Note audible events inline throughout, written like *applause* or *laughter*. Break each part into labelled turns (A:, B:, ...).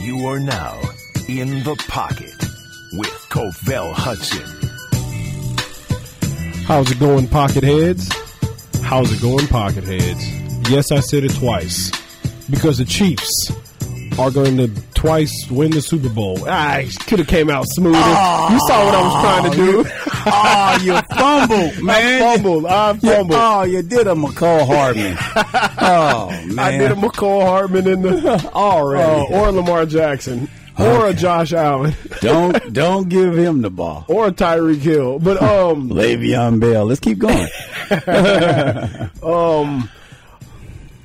A: You are now in the pocket with Covell Hudson.
B: How's it going, pocket heads? How's it going, pocket heads? Yes, I said it twice because the Chiefs are going to twice win the Super Bowl. I could have came out smoother. you saw what I was trying to do.
C: Oh, you fumbled,
B: *laughs*
C: man.
B: I fumbled. I
C: You-
B: fumbled.
C: oh, you did a McCall Hardman. oh, man.
B: *laughs* I did a McCall Hartman in the *laughs* already, or Lamar Jackson, or a *laughs* Josh Allen,
C: don't, don't give him the ball.
B: or a Tyreek Hill. But *laughs* um,
C: Le'Veon Bell. Let's keep going. *laughs*
B: yeah,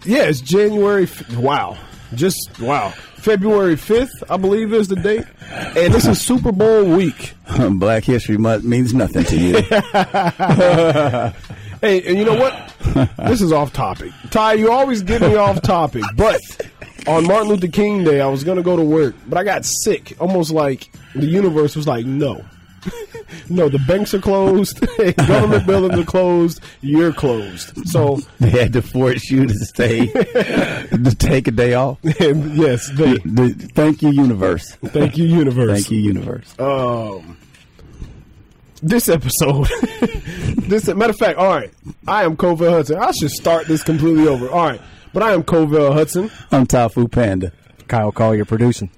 B: it's January. F- wow, just wow. February fifth, I believe, is the date, and this is Super Bowl week.
C: Black History Month means nothing to
B: *laughs*
C: you.
B: Hey, and you know what? this is off topic. Ty, you always get me off topic. But on Martin Luther King Day, I was going to go to work, but I got sick. Almost like the universe was like, no. *laughs* no, the banks are closed, *laughs* government buildings are closed, you're closed. So,
C: they had to force you to
B: *laughs*
C: stay, to take a day off.
B: and yes, they.
C: The- thank you, universe.
B: Thank you, universe.
C: Thank you, universe.
B: Uh, This episode, *laughs* this matter of fact. All right, I am Covell Hudson. I should start this completely over. All right, but I am Covell Hudson.
C: I'm Tafu Panda.
D: Kyle Collier producing.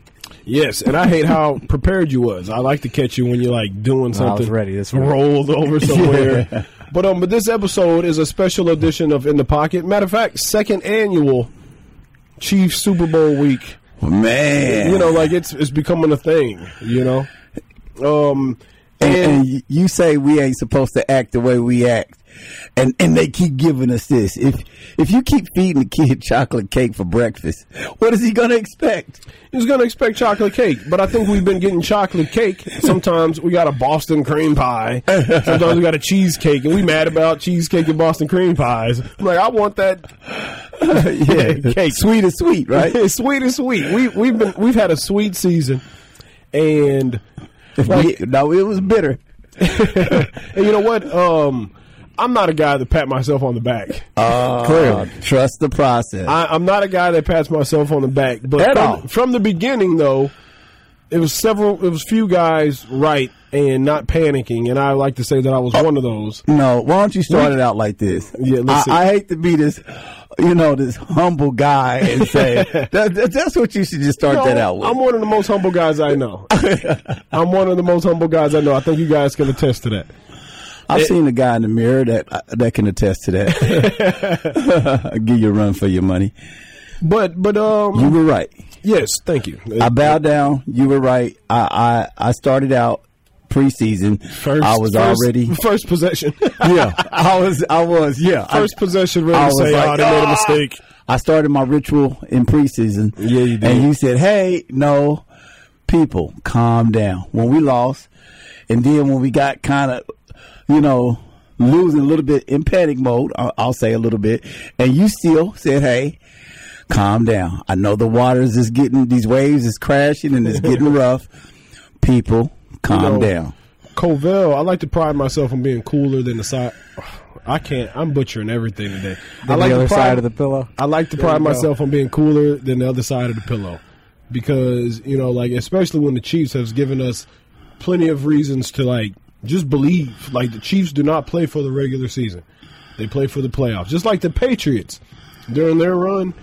B: Yes, and I hate how prepared you was. I like to catch you when you're like doing
D: Well, I
B: something.
D: was ready this week. *laughs*
B: rolled over somewhere. But um, but this episode is a special edition of In the Pocket. Matter of fact, second annual Chiefs Super Bowl week.
C: Man.
B: You know, like it's it's becoming a thing. You know, um,
C: and,
B: and
C: and y- you say we ain't supposed to act the way we act, and and they keep giving us this. If if you keep feeding the kid *laughs* chocolate cake for breakfast, what is he gonna expect?
B: he's gonna expect chocolate cake. But I think we've been getting chocolate cake. Sometimes we got a Boston cream pie. Sometimes we got a cheesecake, and we mad about cheesecake and Boston cream pies. I'm like, I want that
C: yeah,
B: *laughs* Cake.
C: sweet is sweet, right?
B: *laughs* It's sweet is sweet. We we've been we've had a sweet season, and
C: We- no, it was bitter.
B: and you know what? Um, I'm not a guy that pat myself on the back.
C: Clearly, trust the process.
B: Uh, I, I'm not a guy that pats myself on the back. But
C: At
B: from,
C: all.
B: from the beginning, though, it was several. It was few guys right and not panicking, and I like to say that I was
C: Oh.
B: one of those.
C: no, why don't you start it out like this?
B: Yeah,
C: I,
B: listen.
C: I hate to be this, you know, this humble guy
B: *laughs*
C: and say that, that- that's what you should just start that
B: No,
C: out with.
B: I'm one of the most humble guys I
C: *laughs*
B: know. I'm one of the most humble guys I know. I think you guys can attest to that.
C: I've seen a guy in the mirror that uh, that can attest to that.
B: *laughs*
C: *laughs* Give you a run for your money.
B: But but um
C: You were right.
B: yes, thank you. Uh,
C: I bowed down. You were right. I I, I started out preseason.
B: First,
C: I was
B: first- *laughs*
C: already.
B: first possession.
C: yeah, I was. I was. Yeah. I-
B: first possession, ready
C: I
B: to
C: was
B: say,
C: like,
B: "Oh, they made a
C: "Ah!"
B: mistake."
C: I started my ritual in preseason.
B: Yeah, you did.
C: And you said, "Hey, no, people, calm down." When we lost, and then when we got kind of, you know, losing a little bit in panic mode, I'll, I'll say a little bit, and you still said, "Hey." Calm down. I know the waters is getting these waves is crashing and
B: *laughs*
C: it's getting rough. People, calm
B: know,
C: down.
B: Covell, I like to pride myself on being cooler than the side. *sighs* I can't. I'm butchering everything today. I
D: On
B: like
D: the
B: to
D: other
B: pride-
D: side of the pillow.
B: I like to
D: you
B: pride
D: go.
B: myself on being cooler than the other side of the pillow, because you know, like especially when the Chiefs has given us plenty of reasons to like just believe. Like the Chiefs do not play for the regular season; they play for the playoffs. Just like the Patriots during their run,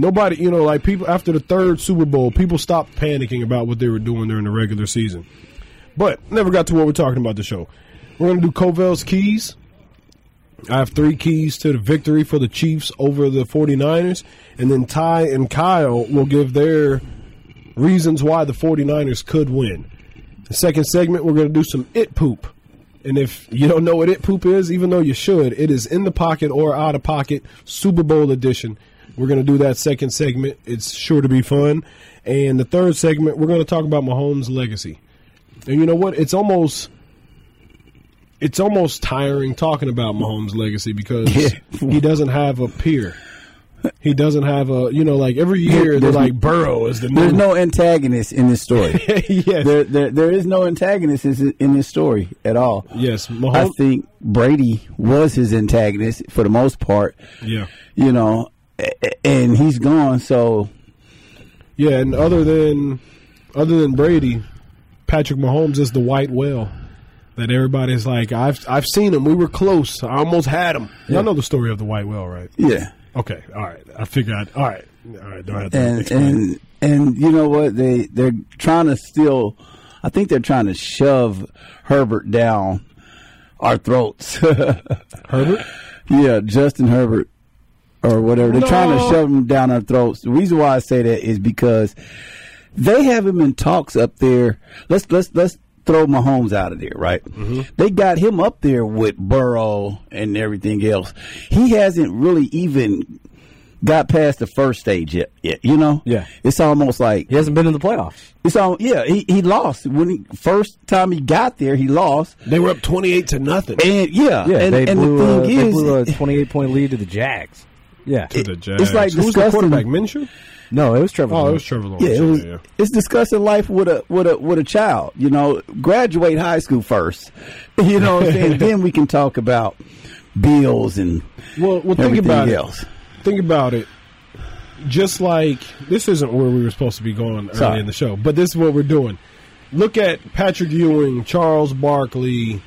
B: nobody, you know, like people after the third Super Bowl, people stopped panicking about what they were doing during the regular season. But never got to what we're talking about the show. We're gonna do Covell's keys. I have three keys to the victory for the Chiefs over the 49ers. And then Ty and Kyle will give their reasons why the 49ers could win. The second segment, we're going to do some it poop. And if you don't know what it poop is, even though you should, it is in the pocket or out of pocket Super Bowl edition. We're going to do that second segment. It's sure to be fun. And the third segment, we're going to talk about Mahomes' legacy. And you know what? It's almost it's almost tiring talking about Mahomes' legacy because
C: Yeah.
B: he doesn't have a peer. He doesn't have a you know like every year they're like Burrow is the
C: There's
B: new
C: no antagonist in
B: *laughs*
C: this story.
B: yes
C: there, there, there is no antagonist in in this story at all.
B: yes
C: I
B: Mahomes
C: think Brady was his antagonist for the most part,
B: yeah
C: you know, a- a- and he's gone. So
B: Yeah, and other than other than Brady, Patrick Mahomes is the white whale that everybody's like, I've I've seen him. We were close. I almost had him. Y'all know the story of the white whale, right?
C: Yeah.
B: Okay, all right. I figured. I'd, all right, all right. Don't have to
C: and
B: explain.
C: and and you know what they they're trying to still i think they're trying to shove herbert down our throats *laughs*
B: Herbert.
C: yeah justin herbert or whatever they're trying to
B: No.
C: shove him down our throats the reason why i say that is because they have him in talks up there let's let's let's throw mahomes out of there right
E: Mm-hmm.
C: they got him up there with burrow and everything else he hasn't really even got past the first stage yet, yet you know
E: Yeah.
C: it's almost like
E: He hasn't been in the playoffs.
C: it's all yeah. He, he lost when he first time he got there. He lost,
B: They were up twenty-eight to nothing.
C: and yeah,
E: Yeah,
C: and,
E: they,
C: and
E: blew
C: the
E: a,
C: thing
E: they
C: is,
E: *laughs* blew a 28 point lead to the Jags. Yeah.
B: To the Jags.
C: it's like
B: Who was the
C: disgusting-
B: quarterback? Minshew.
E: no, it was
B: Oh,
E: Trevor.
B: it was
E: Lawrence.
B: Trevor Lawrence.
C: yeah, it was,
B: yeah.
C: it's discussing life with a with a with a child. You know, graduate high school first. *laughs* You know, what I'm saying? then we can talk about bills and
B: Well, well, think
C: everything
B: about it.
C: else.
B: think about it. Just like this isn't where we were supposed to be going early
C: Sorry.
B: in the show, but this is what we're doing. Look at Patrick Ewing, Charles Barkley,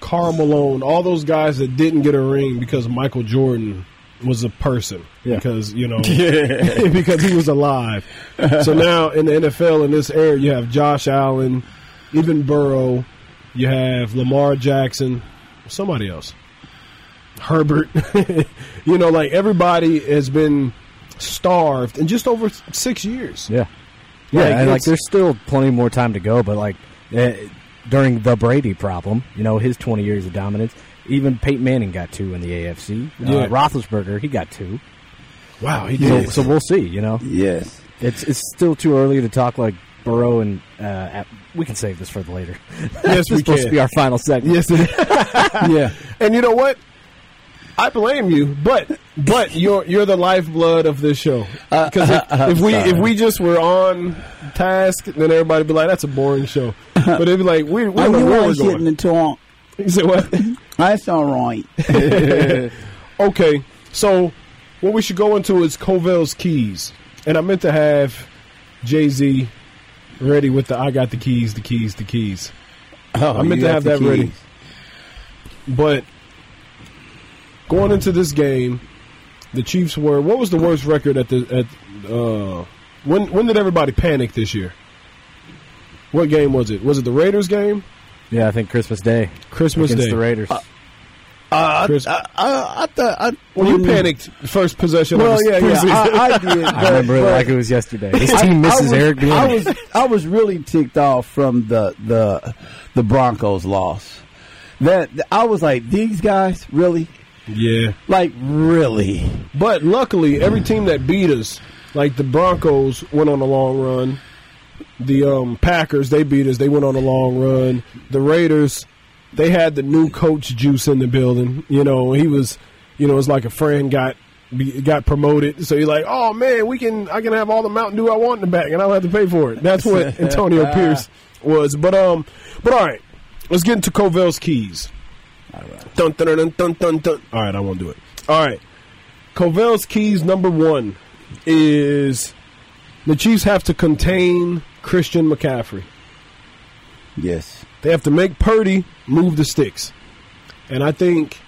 B: Carl Malone, all those guys that didn't get a ring because Michael Jordan was a person.
E: Yeah.
B: Because, you know, *laughs* because he was alive. so now in the NFL in this era, you have Josh Allen, even Burrow, you have Lamar Jackson, somebody else. Herbert. *laughs* you know, like everybody has been starved in just over six years.
E: Yeah. Yeah,
B: Like,
E: and like
B: it's-
E: there's still plenty more time to go, but like eh, during the Brady problem, you know, his 20 years of dominance, even Peyton Manning got two in the AFC.
B: Yeah.
E: Uh, Roethlisberger, he got two.
B: Wow, he
E: So,
B: did.
E: *laughs* so we'll see, you know.
C: Yes,
E: It's it's still too early to talk like Burrow and uh, at, we can save this for the later.
B: Yes,
E: *laughs* this
B: we
E: is supposed to
B: can.
E: be our final segment.
B: Yes, it is.
C: yeah.
B: and you know what? I blame you, but but you're you're the lifeblood of this show. Because if, if we if we just were on task, then everybody'd be like, "That's a boring show." But it'd be like, "We we
C: I
B: don't know
C: knew
B: where
C: I
B: we're
C: was hitting
B: going."
C: the torn.
B: *laughs* You say what?
C: That's all right.
B: Okay, so what we should go into is Covell's keys, and I meant to have Jay Z ready with the "I got the keys, the keys, the keys," *laughs* I meant
C: Oh, you
B: to
C: got
B: have
C: the
B: that ready.
C: keys.
B: but going into this game, the Chiefs were what was the worst record at the at uh when when did everybody panic this year? What game was it? Was it the Raiders game?
E: Yeah, I think Christmas Day
B: Christmas
E: against
B: Day.
E: the Raiders.
C: Uh,
B: Chris-
C: I, I, I thought I,
B: Well, you
C: Mm.
B: panicked first possession.
C: Well,
B: of the
C: yeah, yeah,
B: preseason. *laughs*
C: I, I did.
E: I remember it
C: but-
E: like it was
C: *laughs*
E: yesterday. This team
C: I
E: misses
C: was-
E: Eric
C: I
E: Bieniemy.
C: was I was really ticked off from the the the Broncos loss. That I was like, these guys really,
B: *laughs* yeah.
C: like really.
B: But luckily, every team that beat us, like the Broncos, went on a long run. The um, Packers, they beat us. They went on a long run. The Raiders, they had the new coach juice in the building. You know, he was, you know, it's like a friend got be- got promoted. So you're like, oh man, we can I can have all the Mountain Dew I want in the back, and I don't have to pay for it. That's what Antonio Pierce was. But um, but all right, let's get into Covell's keys. Dun, dun, dun, dun, dun, dun. All right, I won't do it. All right. Covell's keys number one is the Chiefs have to contain Christian McCaffrey.
C: Yes,
B: They have to make Purdy move the sticks. And I think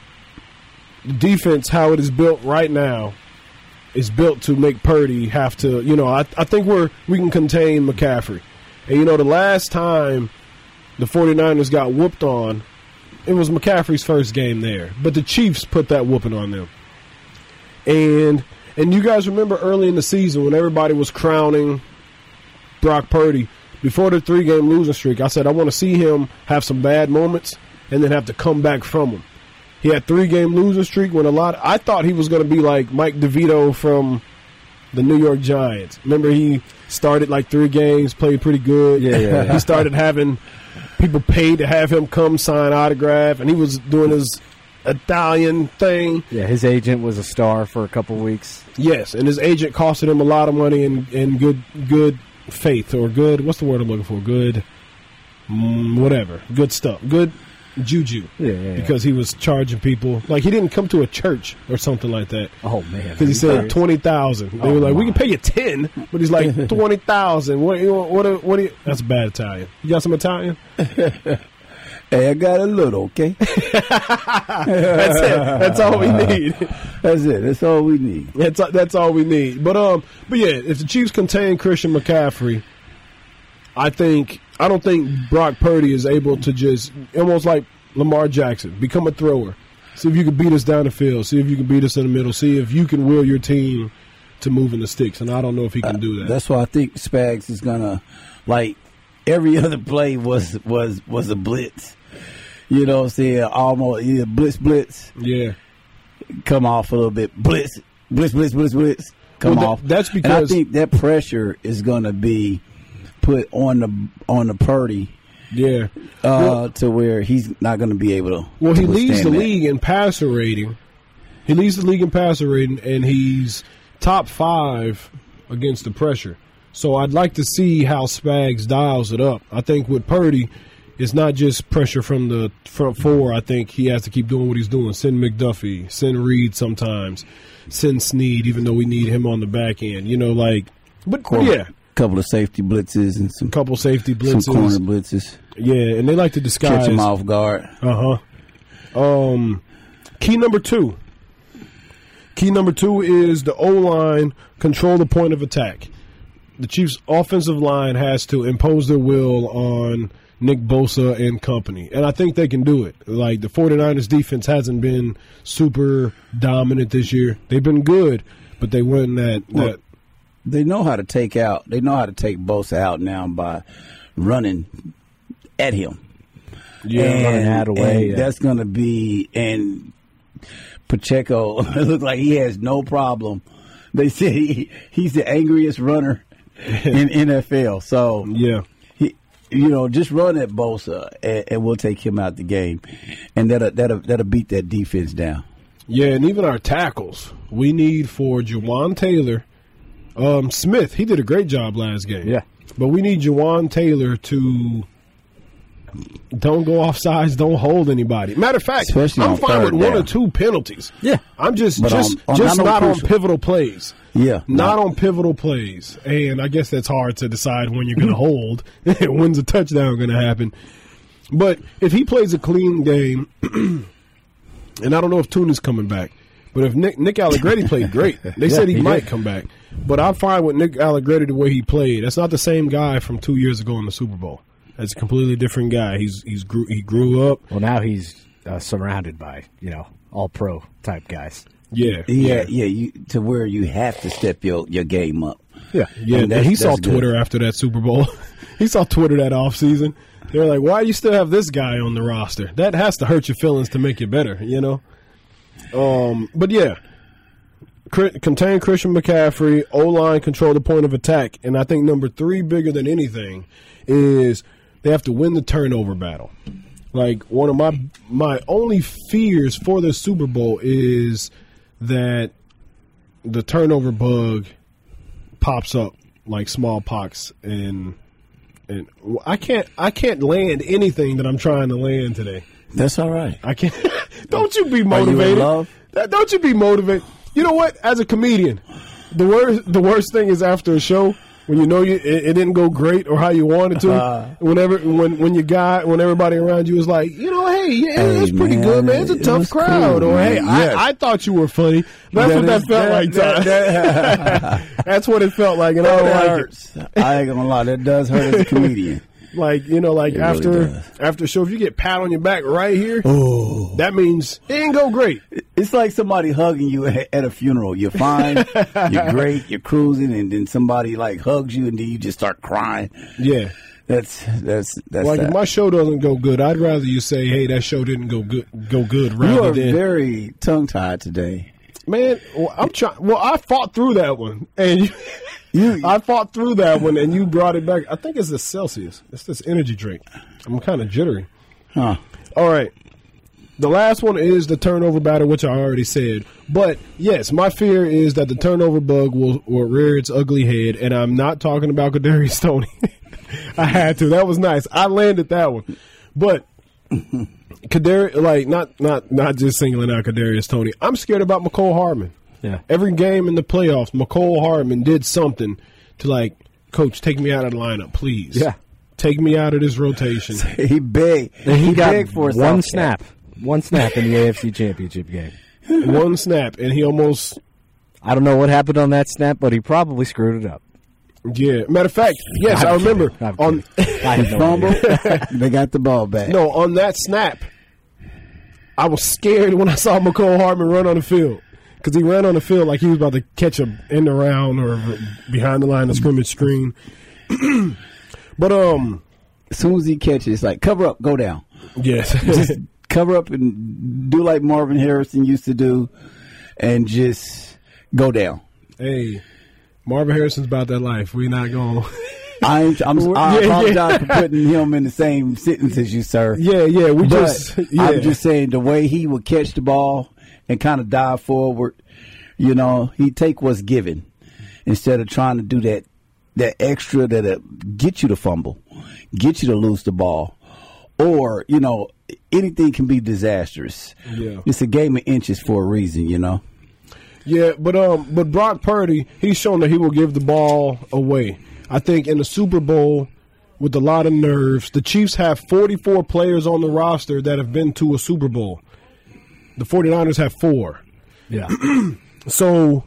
B: the defense, how it is built right now, is built to make Purdy have to, you know, I, I think we're we can contain McCaffrey. And you know, the last time the 49ers got whooped on, it was McCaffrey's first game there. But the Chiefs put that whooping on them. And and you guys remember early in the season when everybody was crowning Brock Purdy before the three game losing streak. I said I want to see him have some bad moments and then have to come back from them. He had three game losing streak when a lot. I thought he was going to be like Mike DeVito from the New York Giants. Remember he started like three games, played pretty good.
E: Yeah, yeah,
B: *laughs*
E: yeah.
B: he started having people paid to have him come sign autograph, and he was doing his Italian thing.
E: Yeah, his agent was a star for a couple weeks.
B: Yes, and his agent costed him a lot of money and and good good faith or good what's the word I'm looking for? Good mm, whatever. Good stuff. Good Juju.
E: Yeah, yeah, yeah.
B: Because he was charging people. Like, he didn't come to a church or something like that.
E: Oh man,
B: Because he said twenty thousand. They were like, "We can pay you ten, but he's
E: *laughs*
B: like twenty thousand. What? What? What? what do you, that's bad Italian. You got some
E: *laughs*
B: Italian?
C: Hey, I got a little, *laughs* okay?
B: That's it. That's all
E: *laughs*
B: we need.
C: That's it. That's all we need.
B: That's that's all we need. But um, but yeah, if the Chiefs contain Christian McCaffrey, I think I don't think Brock Purdy is able to just almost like Lamar Jackson become a thrower. See if you can beat us down the field. See if you can beat us in the middle. See if you can will your team to move in the sticks. And I don't know if he can do that.
C: That's why I think Spags is gonna like every *laughs* other play was was was a blitz. You know what I'm saying? Almost yeah, blitz blitz.
B: yeah.
C: Come off a little bit. Blitz blitz blitz blitz blitz. Come
B: Well, that-
C: off.
B: that's
C: and I
B: because-
C: think that pressure is gonna be put on the on the Purdy
B: Yeah.
C: uh, to where he's not gonna be able to
B: Well, he
C: to
B: leads the
C: withstand that.
B: league in passer rating. He leads the league in passer rating, and he's top five against the pressure. So I'd like to see how Spags dials it up. I think with Purdy, it's not just pressure from the front four. I think he has to keep doing what he's doing. Send McDuffie, send Reed sometimes, send Sneed, even though we need him on the back end. You know, like, but, but yeah,
C: couple of safety blitzes and some,
B: couple safety
C: some
B: blitzes.
C: corner blitzes.
B: Yeah, and they like to
C: Catch
B: disguise.
C: him off guard.
B: Uh huh. Um, key number two. Key number two is the O line control the point of attack. The Chiefs' offensive line has to impose their will on Nick Bosa and company. And I think they can do it. Like, the 49ers defense hasn't been super dominant this year. They've been good, but they weren't that. that
C: They know how to take out. They know how to take Bosa out now by running at him.
B: yeah.
E: running at away,
C: and
E: yeah.
C: That's going to be and Pacheco *laughs* it looked like he has no problem. They said he, he's the
B: *laughs*
C: angriest runner in NFL. So
B: yeah.
C: he, you know, just run at Bosa and, and we'll take him out the game, and that'll that'll that'll beat that defense down.
B: Yeah, and even our tackles. We need for Jawan Taylor. Um, Smith, he did a great job last game.
E: Yeah.
B: But we need Jawan Taylor to don't go off sides, don't hold anybody. Matter of fact,
C: Especially
B: I'm
C: on
B: fine with
C: third
B: one or
C: down.
B: two penalties.
E: Yeah.
B: I'm just
C: But um,
B: just
C: on- on-
B: just
C: not on
B: not on
C: crucial.
B: pivotal plays.
C: Yeah,
B: *laughs* Not on pivotal plays. And I guess that's hard to decide when you're going *laughs* to hold, when's a touchdown going to happen. But if he plays a clean game, *clears throat* and I don't know if Toon is coming back, but if Nick, Nick Allegretti played great, *laughs* they said he,
E: he
B: might come back. But I'm fine with Nick Allegretti the way he played. That's not the same guy from two years ago in the Super Bowl. That's a completely different guy. He's he's grew, he grew up.
E: Well, now he's uh, surrounded by you know all pro type guys.
B: Yeah,
C: Yeah, yeah. You to where you have to step your your game up.
E: Yeah,
B: Yeah,
C: And
B: and
C: that's-
B: he saw
C: that's good.
B: Twitter after that Super Bowl. *laughs* he saw Twitter that offseason. They're like, why do you still have this guy on the roster? That has to hurt your feelings to make you better, you know? Um, but yeah, Cri- contain Christian McCaffrey, O line control the point of attack. And I think number three, bigger than anything, is they have to win the turnover battle. Like one of my my only fears for the Super Bowl is that the turnover bug pops up like smallpox and and I can't I can't land anything that I'm trying to land today.
C: That's all right.
B: I can't. *laughs* don't you be
C: Are you in
B: motivated.
C: love?
B: Th- Don't you be motivated. You know what? As a comedian, the worst the worst thing is after a show when you know you it, it didn't go great or how you wanted
C: Uh-huh.
B: to. whenever when when your guy when everybody around you is like, you know, hey, yeah, it was
C: Hey,
B: pretty
C: man,
B: good, man. It's a
C: it
B: tough
C: was
B: crowd,
C: cool,
B: or
C: man.
B: hey,
C: Yes.
B: I, I thought you were funny. That's what that
C: is-
B: felt
C: that-
B: like.
C: that-
B: Ty.
C: *laughs*
B: *laughs* That's what it felt like, and I don't
C: That
B: like it.
C: hurts. I ain't gonna lie, that does hurt as a comedian.
B: Like you know, like
C: It really
B: after
C: does.
B: after show, if you get pat on your back right here, that means it didn't go great.
C: *laughs* It's like somebody hugging you at at a funeral. You're fine, you're great, you're cruising, and then somebody like hugs you, and then you just start crying.
B: Yeah,
C: That's that's that's
B: like
C: that.
B: if my show doesn't go good, I'd rather you say, "Hey, that show didn't go good, go good."
C: you
B: Rather
C: are
B: than
C: very tongue tied today.
B: man, well, I'm trying. Well, I fought through that one, and you, *laughs*
C: You-
B: I fought through that one, and you brought it back. I think it's the Celsius. It's this energy drink. I'm kind of jittery.
C: Huh. *laughs*
B: All right. The last one is the turnover battle, which I already said. But yes, my fear is that the turnover bug will, will rear its ugly head, and I'm not talking about Kadarius *laughs* Tony. I had to. That was nice. I landed that one. But Kadarius, like not not not just singling out Kadarius Tony. I'm scared about McCole Hardman.
E: Yeah.
B: Every game in the playoffs, McCole Hardman did something to like, coach, take me out of the lineup, please.
E: Yeah.
B: Take me out of this
E: *laughs*
B: rotation.
C: He begged.
E: And he, got
C: begged for his
E: one
C: own-
E: snap, one snap in the *laughs* AFC Championship game.
B: One snap, and he almost
E: I don't know what happened on that snap, but he probably screwed it up.
B: yeah. Matter of fact, yes,
E: I'm
B: I remember
E: kidding. I'm
B: on
E: kidding.
C: *laughs*
E: I have no
C: Fumble.
E: idea.
C: they got the ball
B: *laughs*
C: back.
B: no on that snap. I was scared when I saw McCole Hardman run on the field because he ran on the field like he was about to catch a in the round or behind the line of scrimmage screen. *clears throat* but um.
C: As soon as he catches, it's like cover up, go down.
B: Yes. *laughs*
C: Just cover up and do like Marvin Harrison used to do, and just go down.
B: hey, Marvin Harrison's about that life. we not going.
C: I ain't, I'm,
B: *laughs*
C: I
B: Yeah, yeah.
C: apologize for putting him in the same sentence as you, sir.
B: yeah, yeah. We
C: But
B: just. *laughs* Yeah.
C: I'm just saying the way he would catch the ball and kind of dive forward, you know, he take what's given instead of trying to do that that extra that get you to fumble, get you to lose the ball, or you know, anything can be disastrous.
B: Yeah.
C: It's a game of inches for a reason, you know.
B: Yeah, but um, but Brock Purdy, he's shown that he will give the ball away. I think in the Super Bowl, with a lot of nerves, the Chiefs have 44 players on the roster that have been to a Super Bowl. The 49ers have four.
E: yeah.
B: So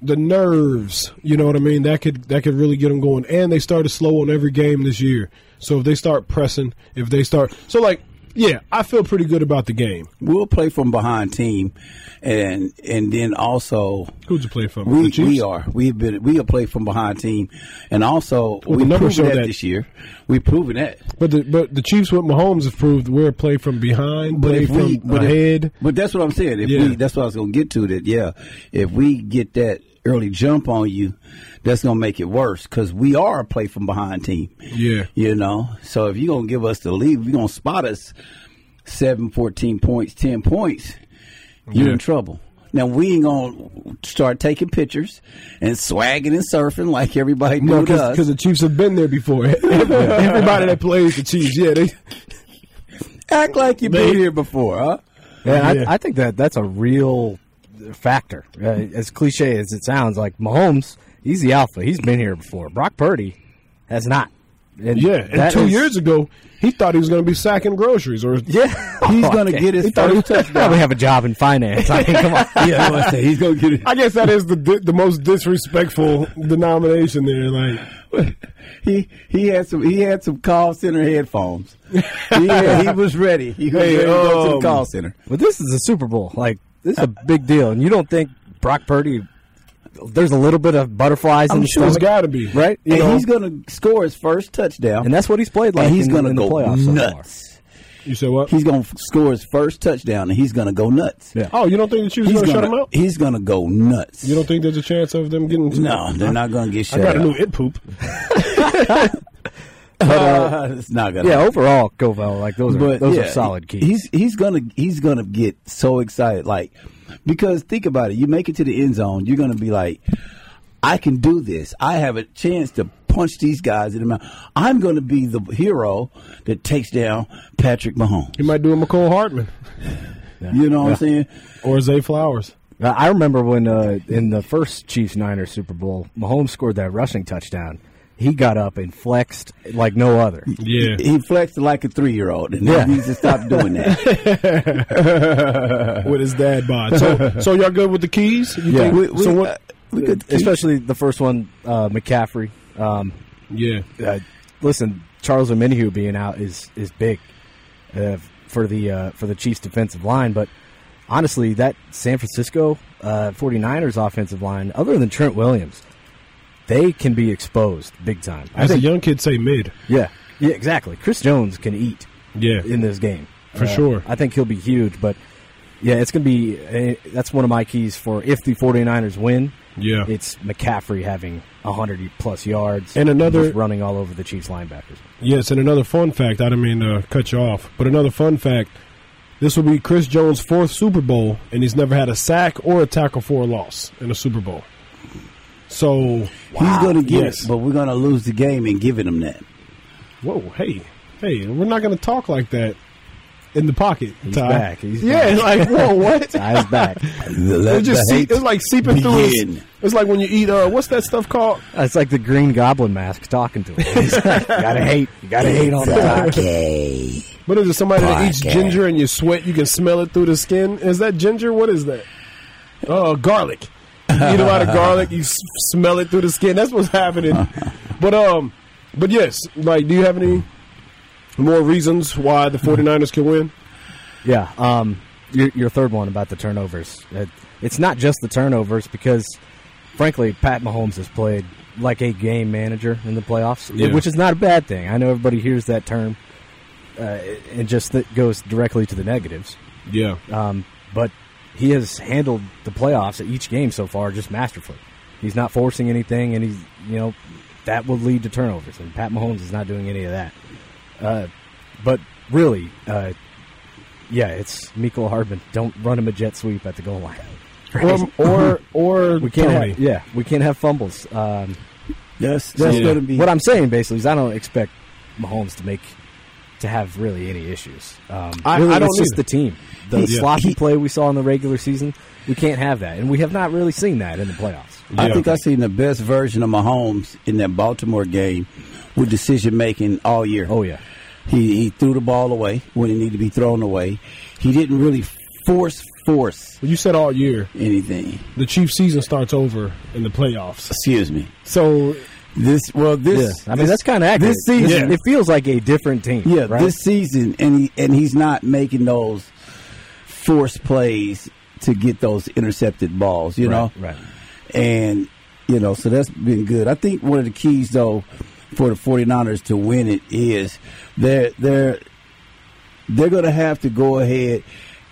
B: the nerves, you know what I mean? That could that could really get them going. And they started slow on every game this year. So if they start pressing, if they start, so like, yeah, I feel pretty good about the game.
C: We'll play from behind team, and and then also
B: Who'd you play for?
C: We,
B: the Chiefs?
C: we are. We've been we have played from behind team, and also we
B: the numbers
C: proven
B: show
C: that,
B: that.
C: this year. We've proven that.
B: But the but the Chiefs with Mahomes have proved we're a play from behind,
C: But
B: play
C: if we,
B: from
C: but, if-
B: ahead.
C: but that's what I'm saying. If
B: Yeah.
C: we, that's what I was going to get to. That yeah, if we get that early jump on you, that's going to make it worse because we are a play from behind team.
B: yeah.
C: You know, so if you're going to give us the lead, if you're going to spot us seven, 14 points, 10 points, you're
B: Yeah.
C: in trouble. Now, we ain't going to start taking pictures and swagging and surfing like everybody do
B: No,
C: does.
B: because the Chiefs have been there
C: *laughs*
B: before. *laughs* Everybody that plays the Chiefs, yeah, they
C: Act like you've
B: They-
C: been here before, huh?
E: Yeah,
B: Yeah.
E: I, I think that that's a real factor. Uh, as cliche as it sounds, like Mahomes, he's the alpha. He's been here before. Brock Purdy has not. And
B: yeah. And
E: that
B: two
E: is-
B: years ago, he thought he was going to be sacking groceries or
E: *laughs* yeah,
C: *laughs* He's gonna get his
E: He thought he
C: first touchdown.
E: *laughs* Probably have a job in finance. I mean, come on. *laughs*
C: Yeah, I say he's gonna get it.
B: I guess that is the di- the most disrespectful denomination there. Like,
C: He he had some he had some call center
E: *laughs*
C: headphones. He, had- he was ready. He was
B: Hey,
C: ready to go to
B: um,
C: the call center.
E: But this is a Super Bowl. Like this is a big deal, and you don't think Brock Purdy? There's a little bit of butterflies in
C: I'm
E: the
C: sure
B: it's
E: stomach,
B: got to be
E: right? You
C: and
E: know,
C: he's gonna score his first touchdown.
E: and that's what he's played like.
C: and he's
E: in,
C: gonna
E: in the
C: go
E: playoffs so far.
C: nuts.
B: You said what?
C: he's gonna f- score his first touchdown, and he's gonna go nuts.
E: Yeah.
B: oh, you don't think the Chiefs
C: He's
B: going to
C: gonna,
B: shut him out?
C: he's gonna go nuts.
B: You don't think there's a chance of them getting?
E: *laughs*
C: no, they're not gonna get
B: I
C: shut
B: got
C: out.
B: a new it poop.
C: Uh, it's not gonna.
E: Yeah, overall, Covell, like those are
C: but
E: those
C: yeah,
E: are solid keys.
C: He's he's gonna he's gonna get so excited, like because think about it. You make it to the end zone, you're gonna be like, I can do this. I have a chance to punch these guys in the mouth. I'm gonna be the hero that takes down Patrick Mahomes.
B: He might do a McCole Hartman
C: You know what I'm saying?
B: or Zay Flowers.
E: I I remember when uh, in the first Chiefs Niners Super Bowl, Mahomes scored that rushing touchdown. He got up and flexed like no other.
C: *laughs*
B: Yeah,
C: He flexed like a three year old, and
E: Yeah.
C: he needs to stop
B: *laughs*
C: doing that.
B: with his dad bod. So, so y'all good with the keys? You
E: Yeah.
B: think-
C: we, we,
B: so
C: uh,
B: what?
C: we could keep-
E: Especially the first one, uh, McCaffrey. Um,
B: Yeah,
E: uh, listen, Charles Omenihu being out is is big uh, for the uh, for the Chiefs defensive line, but honestly, that San Francisco uh, 49ers offensive line, other than Trent Williams, they can be exposed big time. I
B: as a
E: think,
B: young kid, say mid.
E: yeah, yeah, exactly. Chris Jones can eat
B: Yeah,
E: in this game Uh,
B: For sure.
E: I think he'll be huge, but yeah, it's going to be eh, that's one of my keys for if the 49ers win.
B: yeah.
E: It's McCaffrey having 100 plus yards
B: And another-
E: just running all over the Chiefs linebackers.
B: Yes, and another fun fact. I didn't mean to cut you off, but another fun fact. This will be Chris Jones' fourth Super Bowl, and he's never had a sack or a tackle for a loss in a Super Bowl. So,
C: he's gonna get
B: yes.
C: it, but we're gonna lose the game and giving him that.
B: whoa, hey, hey, we're not going to talk like that. in the pocket.
E: He's
B: Ty.
E: back. He's
B: yeah, like whoa,
E: *laughs*
B: what?
E: Ty's
B: *laughs*
E: back.
B: It just see, it's like seeping through.
C: begin.
B: His, it's like when you eat uh, what's that stuff called?
E: It's like the Green Goblin mask talking to him. *laughs* He's like, you gotta hate. You gotta hate on that.
C: Okay.
B: What is it? Somebody that eats
C: Podcast.
B: ginger and you sweat, you can smell it through the skin. Is that ginger? What is that? Oh, garlic. You eat a lot of garlic, you s- smell it through the skin. That's what's
C: *laughs*
B: happening. But um, but yes, like, do you have any more reasons why
C: Mm-hmm.
B: the 49ers can win?
E: Yeah. Um, your, your third one about the turnovers. It, it's not just the turnovers because, frankly, Pat Mahomes has played like a game manager in the playoffs,
B: Yeah.
E: which is not a bad thing. I know everybody hears that term uh, and just that goes directly to the negatives.
B: Yeah,
E: Um, but he has handled the playoffs at each game so far just masterfully. He's not forcing anything, and he's you know that will lead to turnovers. And Pat Mahomes is not doing any of that. Uh, but really, uh, yeah, it's Michael Hardman. Don't run him a jet sweep at the goal line. *laughs*
B: or
C: *laughs*
B: or, or
E: We can't
B: Tony.
E: have yeah, we can't have fumbles. Um,
C: That's that's
B: Yeah.
C: gonna be
E: what I'm saying basically is I don't expect Mahomes to make to have really any issues. Um,
B: I-
E: really,
B: I don't
E: it's just
B: either.
E: the team. The
B: Yeah.
E: sloppy play we saw in the regular season, we can't have that, and we have not really seen that in the playoffs.
B: Yeah.
C: I think I seen the best version of Mahomes in that Baltimore game with decision making all year.
E: Oh yeah,
C: He he threw the ball away when it needed to be thrown away. He didn't really force force
B: Well, you said all year
C: anything.
B: the Chiefs season starts over in the playoffs.
C: Excuse me.
B: So
C: This well this
E: I mean that's kind of accurate.
C: this season-
E: it feels like a different team.
C: yeah
E: right?
C: this season and he and he's not making those forced plays to get those intercepted balls. You know
E: right, right.
C: and you know so that's been good i think one of the keys though for the 49ers to win it is they're they're they're going to have to go ahead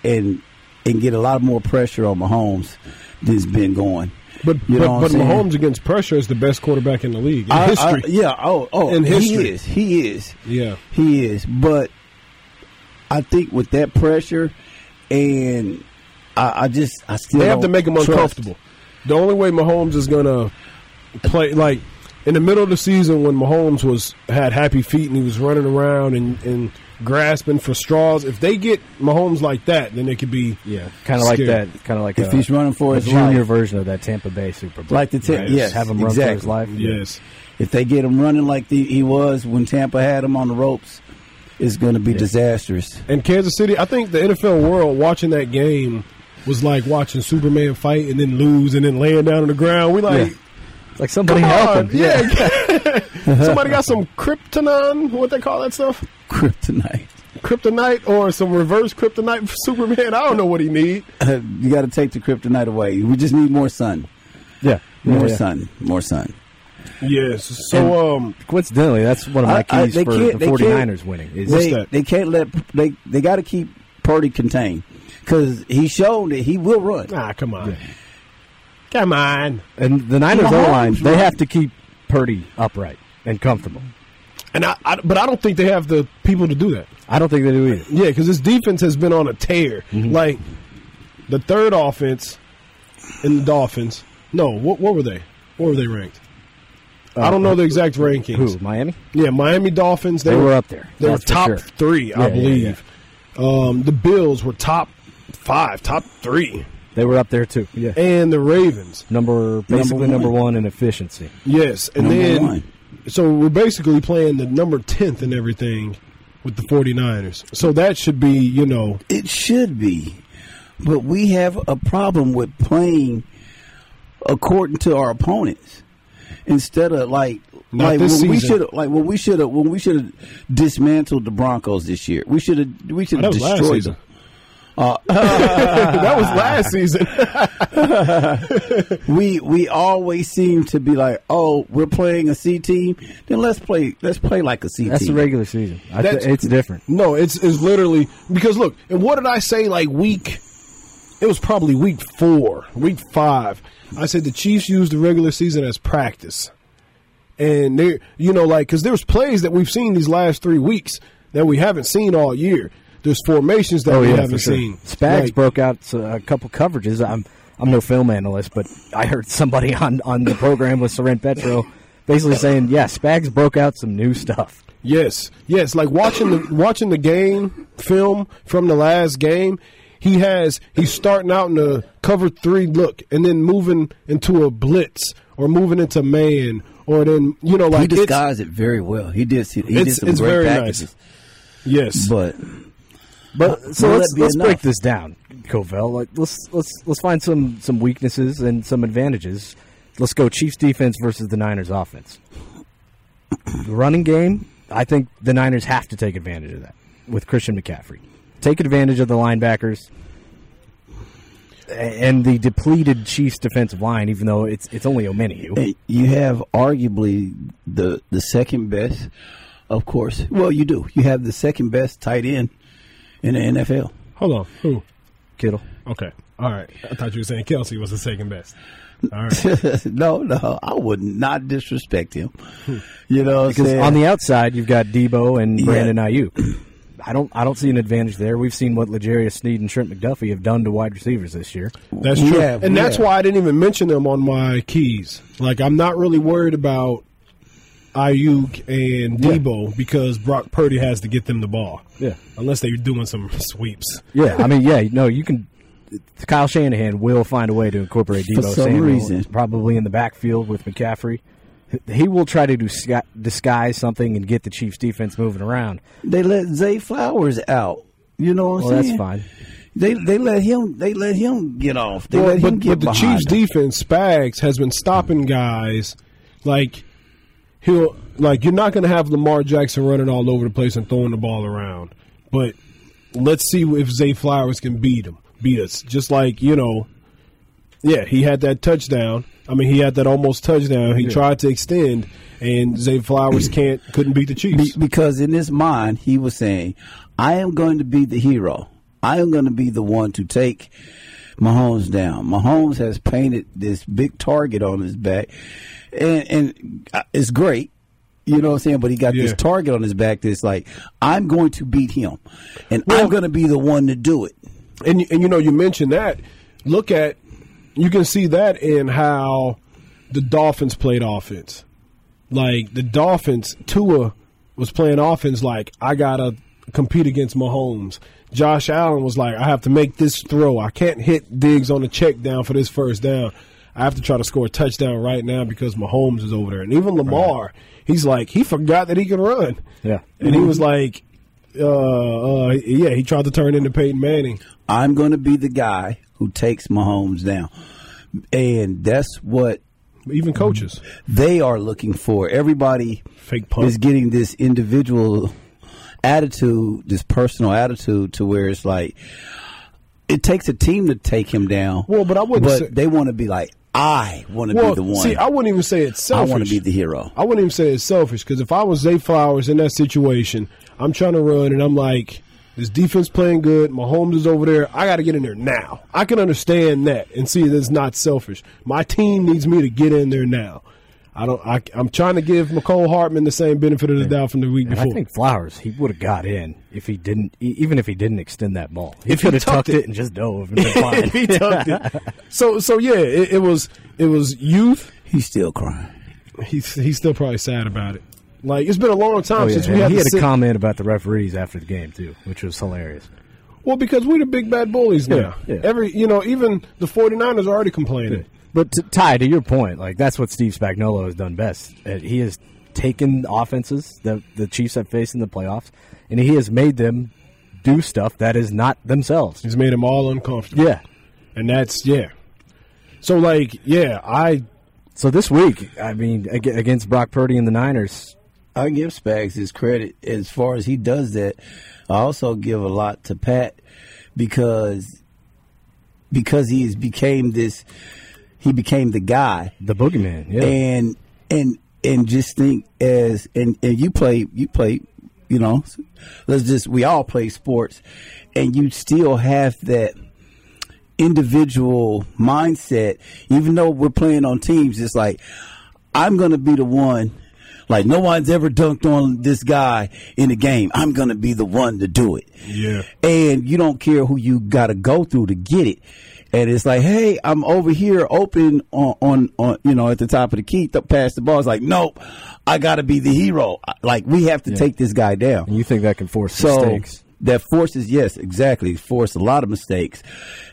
C: and and get a lot more pressure on Mahomes than's been going
B: But
C: You know
B: but,
C: what
B: but
C: I'm saying?
B: Mahomes against pressure is the best quarterback in the league in
C: I- I-
B: history.
C: yeah oh oh
B: In history.
C: he is he is
B: yeah,
C: he is but i think with that pressure and i, I just i still
B: they have to
C: don't
B: make him
C: trust-
B: uncomfortable. The only way Mahomes is gonna play like in the middle of the season when Mahomes was had happy feet and he was running around and, and grasping for straws. If they get Mahomes like that, then it could be
E: Yeah, kind of like
B: Scary.
E: that. Kind of like
C: If
E: a,
C: he's running for
E: a
C: his
E: junior
C: life.
E: version of that Tampa Bay Super Bowl.
C: Like the Tam-
E: Just
C: yes,
E: have him run for his
C: exactly.
E: life.
B: yes.
C: If they get him running like the, he was when Tampa had him on the ropes, it's going to be disastrous. *laughs*
B: And Kansas City, I think the NFL world watching that game was like watching Superman fight and then lose and then laying down on the ground. We like.
C: Yeah.
E: It's like somebody
B: "Come
E: help
B: on,
E: him. *laughs*
B: yeah. *laughs* Somebody got some kryptonon, what they call that stuff?
C: Kryptonite.
B: kryptonite or some reverse kryptonite for *laughs* Superman. I don't know what he need.
C: you got to take the kryptonite away. We just need more sun,
E: yeah, yeah,
C: more
E: yeah.
C: sun, more sun.
B: Yes. So um
E: Coincidentally, that's one of my
C: I- I-
E: keys
C: they
E: for
C: can't-
E: the
C: they can't-
E: 49ers winning. Is
B: What's
C: they
B: that?
C: they can't let they they got to keep Purdy contained because he showed that he will run.
B: ah come on. Come on.
E: And the Niners
C: Mahomes,
E: O line, they
C: right.
E: have to keep Purdy upright and comfortable.
B: And I, I but I don't think they have the people to do that.
E: I don't think they do either.
B: Yeah, cuz this defense has been on a tear. Like the third offense in the Dolphins. No, what what were they? What were they ranked? I don't know the exact rankings.
E: Who? Miami?
B: Yeah, Miami Dolphins. They,
E: They
B: were,
E: were up there.
B: They were
E: That's for
B: top
E: sure.
B: three,
E: Yeah,
B: I
E: yeah,
B: believe. Um, the Bills were top five, top three,
E: They were up there too. Yeah.
B: and the Ravens.
E: Number basically
C: one.
E: number one in efficiency.
B: Yes, and
C: Number
B: then
C: one.
B: so we're basically playing the number tenth and everything with the 49ers. So that should be you know
C: It should be, but we have a problem with playing according to our opponents instead of like
B: Not
C: like
B: this
C: when we
B: season.
C: should have like when we should have when we should have dismantled the Broncos this year. We should have we should
B: that
C: have
B: was last
C: destroyed
B: season.
C: them.
B: Uh, *laughs* that was last season.
C: We we always seem to be like, oh, we're playing a C team, then let's play let's play like a C
E: That's the
C: team.
E: regular season. I th-
B: That's-
E: it's different.
B: no, it's it's literally because look, and what did I say like week? It was probably week four, week five. I said the Chiefs used the regular season as practice. and they you know like because there's plays that we've seen these last three weeks that we haven't seen all year there's formations that
E: Oh
B: we
E: yeah,
B: haven't
E: for sure.
B: seen
E: Spags
B: Like,
E: broke out uh, a couple *laughs* coverages. I'm I'm no film analyst, but I heard somebody on on the program with Soren Petro. basically saying, yeah, Spags broke out some new stuff.
B: Yes, yes. Like watching the *coughs* watching the game film from the last game, he has he's starting out in a cover three look, and then moving into a blitz or moving into man, or then you know
C: he
B: like it's-
C: disguised it very well. He did. He did
B: It's-
C: some
B: it's
C: great
B: very
C: packages.
B: yes,
C: But
E: But so
C: will
E: let's
C: that be
E: let's
C: enough?
E: break this down, Covell. Like let's let's let's find some some weaknesses and some advantages. Let's go Chiefs defense versus the Niners offense. The running game, I think the Niners have to take advantage of that with Christian McCaffrey. Take advantage of the linebackers a- and the depleted Chiefs defensive line, even though it's it's only Omenihu.
C: Hey, you have arguably the the second best, of course. Well, you do. You have the second best tight end in the NFL.
B: Hold on, who?
E: Kittle.
B: Okay, all right. I thought you were saying Kelsey was the second best. All right.
C: *laughs* no, no, I would not disrespect him. You know, what I'm
E: Hmm. Because
C: saying?
E: on the outside, you've got Debo and
C: Yeah.
E: Brandon Ayuk. I don't, I don't see an advantage there. We've seen what Legarius Sneed and Trent McDuffie have done to wide receivers this year.
B: That's true.
C: Yeah,
B: and that's
C: yeah.
B: why I didn't even mention them on my keys. Like I'm not really worried about Ayuk and Debo because Brock Purdy has to get them the ball.
E: Yeah.
B: Unless they're doing some sweeps.
E: Yeah, I mean, yeah, no, you can. Kyle Shanahan will find a way to incorporate Debo
C: For some
E: Samuel,
C: reason.
E: probably in the backfield with McCaffrey. He will try to disgu- disguise something and get the Chiefs' defense moving around.
C: they let Zay Flowers out. You know what I'm
E: Well, Oh, that's
C: saying?
E: fine.
C: They they let him they let him get off. They let
B: But,
C: him
B: but,
C: get
B: the
C: behind
B: Chiefs
C: him.
B: defense, Spags, has been stopping guys like he'll like you're not gonna have Lamar Jackson running all over the place and throwing the ball around. But let's see if Zay Flowers can beat him. Beat us. Just like, you know, Yeah, he had that touchdown. I mean, he had that almost touchdown. He tried to extend, and Zay Flowers can't couldn't beat the
C: Be-
B: Chiefs.
C: because in his mind he was saying, "I am going to be the hero. I am going to be the one to take Mahomes down." Mahomes has painted this big target on his back, and and uh, it's great. You know what I'm saying? But he got this
B: Yeah.
C: target on his back that's like, I'm going to beat him, and
B: Well-
C: I'm going to be the one to do it.
B: And and you know, you mentioned that. Look at you can see that in how the Dolphins played offense. Like the Dolphins, Tua was playing offense like I gotta compete against Mahomes. Josh Allen was like, I have to make this throw. I can't hit Diggs on the check down for this first down. I have to try to score a touchdown right now because Mahomes is over there. And even Lamar, he's like, he forgot that he could run.
E: Yeah.
B: And he was like, uh, uh, yeah, he tried to turn into Peyton Manning.
C: I'm going to be the guy who takes Mahomes down, and that's what
E: Um,
B: even coaches.
C: they are looking for. Everybody
B: Fake punt.
C: is getting this individual attitude, this personal attitude, to where it's like it takes a team to take him down.
B: Well, but I wouldn't
C: But
B: say-
C: they want to be like, I want to
B: Well,
C: be the one.
B: see, I wouldn't even say it's selfish.
C: want to be the hero.
B: I wouldn't even say it's selfish because if I was Zay Flowers in that situation, I'm trying to run and I'm like, this defense playing good. Mahomes is over there. I got to get in there now. I can understand that and see that it's not selfish. My team needs me to get in there now. I don't. I, I'm trying to give McCole Hartman the same benefit of the doubt from the week
E: And
B: before.
E: I think Flowers, he would have got in if he didn't, e- even if he didn't extend that ball. He
B: If he
E: could have
B: tucked
E: tucked
B: it.
E: it. and just dove and
B: *laughs*
E: been fine.
B: he tucked it. So so yeah, it, it was it was youth.
C: He's still crying.
B: He's he's still probably sad about it. Like it's been a long time
E: Oh, yeah,
B: since
E: and
B: we had
E: he
B: to
E: had a
B: sit-
E: comment about the referees after the game too, which was hilarious.
B: Well, because we're the big bad bullies now.
E: Yeah, yeah.
B: Every you know, even the 49ers are already complaining.
E: But to, Ty, to your point, like that's what Steve Spagnuolo has done best. Uh, He has taken offenses that the Chiefs have faced in the playoffs, and he has made them do stuff that is not themselves.
B: He's made them all uncomfortable.
E: Yeah.
B: And that's yeah. So like, yeah, I
E: So this week, I mean, ag- against Brock Purdy and the Niners,
C: I give Spags his credit as far as he does that. I also give a lot to Pat because because he has became this he became the guy
E: the boogeyman. Yeah.
C: and and and just think as and and you play you play you know let's just we all play sports and you still have that individual mindset even though we're playing on teams it's like i'm going to be the one like no one's ever dunked on this guy in the game i'm going to be the one to do it
B: yeah.
C: and you don't care who you got to go through to get it. and it's like, hey, I'm over here open on, on, on you know, at the top of the key, th- pass the ball. It's like, nope, I got to be the hero. Like, we have to take this guy down.
E: And you think that can force
C: So
E: mistakes?
C: that forces, yes, exactly, force a lot of mistakes